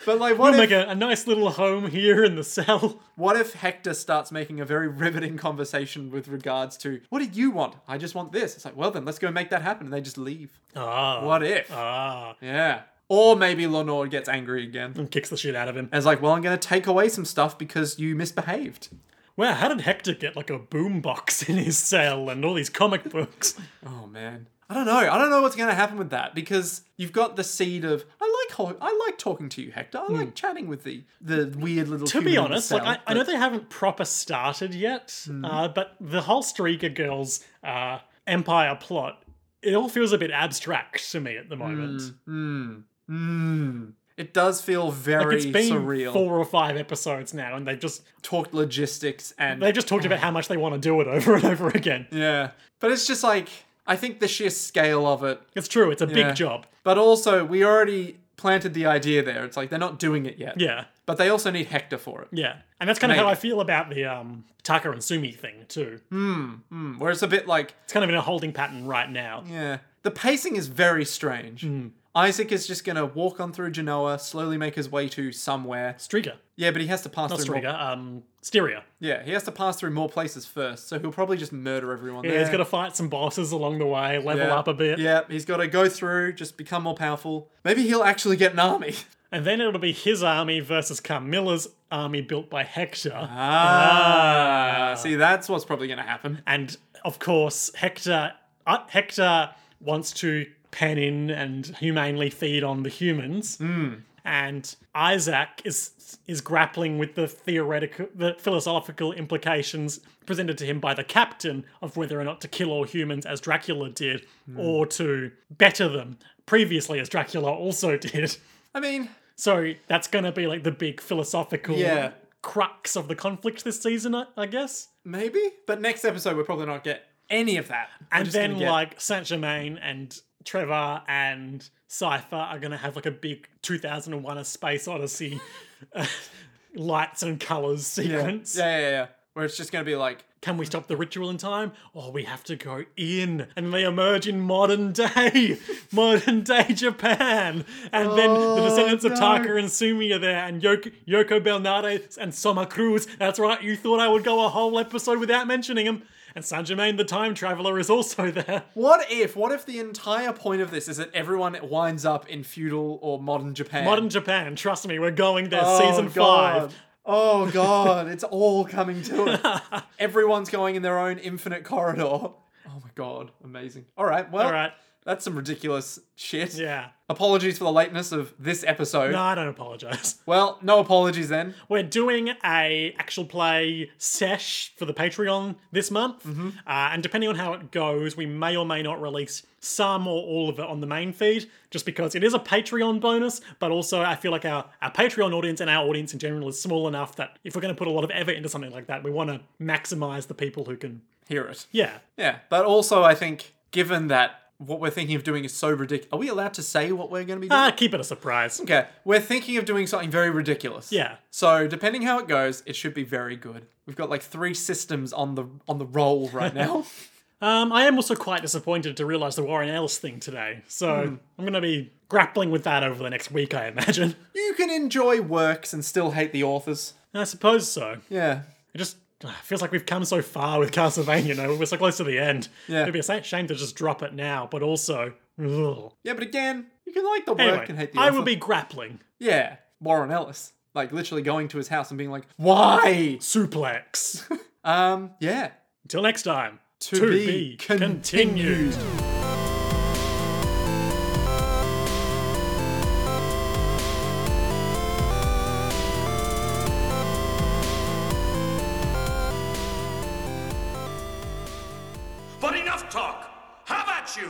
[SPEAKER 3] but like, what
[SPEAKER 2] We'll
[SPEAKER 3] if,
[SPEAKER 2] make a, a nice little home here in the cell.
[SPEAKER 3] what if Hector starts making a very riveting conversation with regards to what do you want? I just want this. It's like, well then, let's go make that happen, and they just leave.
[SPEAKER 2] Ah,
[SPEAKER 3] What if?
[SPEAKER 2] ah.
[SPEAKER 3] yeah. Or maybe Lenore gets angry again. And
[SPEAKER 2] And kicks the shit out of him.
[SPEAKER 3] is like, well, I'm going to take away some stuff because you misbehaved.
[SPEAKER 2] Wow, how did Hector get like a boombox in his cell and all these comic books?
[SPEAKER 3] Oh man. I don't know. I don't know what's going to happen with that because you've got the seed of I like ho- I like talking to you, Hector. I like chatting with the the weird little.
[SPEAKER 2] Hmm. to be honest, like I, I know they haven't proper started yet,
[SPEAKER 3] Hmm.
[SPEAKER 2] uh, but the whole Striga Girls uh, Empire plot, it all feels a bit abstract to me at
[SPEAKER 3] Hmm.
[SPEAKER 2] the moment.
[SPEAKER 3] Mm. It does feel very
[SPEAKER 2] Like it's been
[SPEAKER 3] surreal.
[SPEAKER 2] four or five episodes now, and they've just
[SPEAKER 3] Talked logistics and
[SPEAKER 2] they just talked about how much they want to do it over and over again.
[SPEAKER 3] yeah, but it's just like I think the sheer scale of it.
[SPEAKER 2] It's true, it's a
[SPEAKER 3] Yeah.
[SPEAKER 2] big job.
[SPEAKER 3] But also, we already planted the idea there. It's like they're not doing it yet.
[SPEAKER 2] Yeah,
[SPEAKER 3] But they also need Hector for it,
[SPEAKER 2] yeah, and that's kind of how
[SPEAKER 3] Maybe.
[SPEAKER 2] I feel about the um, Taka and Sumi thing too.
[SPEAKER 3] Mm, where it's a bit like
[SPEAKER 2] It's kind of in a holding pattern right now.
[SPEAKER 3] yeah, the pacing is very strange.
[SPEAKER 2] Mm-hmm.
[SPEAKER 3] Isaac is just gonna walk on through Genoa, slowly make his way to somewhere.
[SPEAKER 2] Striga,
[SPEAKER 3] Yeah, but he has to pass
[SPEAKER 2] not
[SPEAKER 3] through. More,
[SPEAKER 2] Striga, um, Styria.
[SPEAKER 3] yeah, he has to pass through more places first, so he'll probably just murder everyone.
[SPEAKER 2] Yeah,
[SPEAKER 3] there.
[SPEAKER 2] he's got to fight some bosses along the way, level
[SPEAKER 3] Yeah.
[SPEAKER 2] up a bit.
[SPEAKER 3] Yeah, he's got to go through, just become more powerful. Maybe he'll actually get an army.
[SPEAKER 2] And then it'll be his army versus Carmilla's army built by Hector.
[SPEAKER 3] Ah, see, that's what's probably going to happen.
[SPEAKER 2] And of course, Hector uh, Hector wants to pen in and humanely feed on the humans. And Isaac is is grappling with the theoretical, the philosophical implications presented to him by the captain of whether or not to kill all humans as Dracula did, or to better them previously as Dracula also did.
[SPEAKER 3] I mean,
[SPEAKER 2] So that's going to be like the big philosophical
[SPEAKER 3] Yeah.
[SPEAKER 2] crux of the conflict this season, I, I guess.
[SPEAKER 3] maybe, but next episode we'll probably not get any of that. We're
[SPEAKER 2] and
[SPEAKER 3] just gonna
[SPEAKER 2] then
[SPEAKER 3] get-
[SPEAKER 2] like Saint Germain and Trevor and Cypher are going to have like a big 2001 A Space Odyssey uh, lights and colors
[SPEAKER 3] yeah.
[SPEAKER 2] sequence.
[SPEAKER 3] yeah, yeah, yeah, where it's just going to be like,
[SPEAKER 2] Can we stop the ritual in time? Or we have to go in and they emerge in modern day, modern day Japan. And then the descendants of
[SPEAKER 3] Oh, no.
[SPEAKER 2] Taka and Sumi are there and Yoko, Yoko Belnade and Soma Cruz. That's right, you thought I would go a whole episode without mentioning him. And Saint Germain the Time Traveler is also there.
[SPEAKER 3] what if? What if the entire point of this is that everyone winds up in feudal or modern Japan?
[SPEAKER 2] Modern Japan, trust me, we're going there.
[SPEAKER 3] Oh,
[SPEAKER 2] season
[SPEAKER 3] God.
[SPEAKER 2] five.
[SPEAKER 3] Oh god, it's all coming to it. Everyone's going in their own infinite corridor. Oh my god, amazing. All right, well,
[SPEAKER 2] All right.
[SPEAKER 3] that's some ridiculous shit.
[SPEAKER 2] Yeah.
[SPEAKER 3] Apologies for the lateness of this episode.
[SPEAKER 2] No, I don't apologize.
[SPEAKER 3] Well, no apologies then.
[SPEAKER 2] We're doing a actual play sesh for the Patreon this month,
[SPEAKER 3] Mm-hmm.
[SPEAKER 2] uh, and depending on how it goes, we may or may not release some or all of it on the main feed, just because it is a Patreon bonus. But also, I feel like our, our Patreon audience and our audience in general is small enough that if we're going to put a lot of effort into something like that, we want to maximize the people who can.
[SPEAKER 3] Hear it.
[SPEAKER 2] Yeah,
[SPEAKER 3] Yeah, but also I think given that what we're thinking of doing is so ridiculous, are we allowed to say what we're going to be doing?
[SPEAKER 2] uh, keep it a surprise.
[SPEAKER 3] okay, we're thinking of doing something very ridiculous.
[SPEAKER 2] Yeah.
[SPEAKER 3] So depending how it goes, it should be very good. We've got like three systems on the on the roll right now.
[SPEAKER 2] Um, I am also quite disappointed to realise the Warren Ellis thing today, so
[SPEAKER 3] Hmm.
[SPEAKER 2] I'm going to be grappling with that over the next week, I imagine.
[SPEAKER 3] You can enjoy works and still hate the authors.
[SPEAKER 2] I suppose so.
[SPEAKER 3] Yeah.
[SPEAKER 2] It just ah, feels like we've come so far with Castlevania. Now we're so close to the end.
[SPEAKER 3] Yeah.
[SPEAKER 2] It'd be a sa- shame to just drop it now, but also. ugh.
[SPEAKER 3] Yeah, but again, you can like the work
[SPEAKER 2] Anyway,
[SPEAKER 3] and hate the
[SPEAKER 2] I
[SPEAKER 3] author.
[SPEAKER 2] will be grappling.
[SPEAKER 3] Yeah, Warren Ellis. Like literally going to his house and being like, "Why?"
[SPEAKER 2] Suplex.
[SPEAKER 3] Um, yeah.
[SPEAKER 2] Until next time.
[SPEAKER 3] To be continued.
[SPEAKER 4] But enough talk! How about you?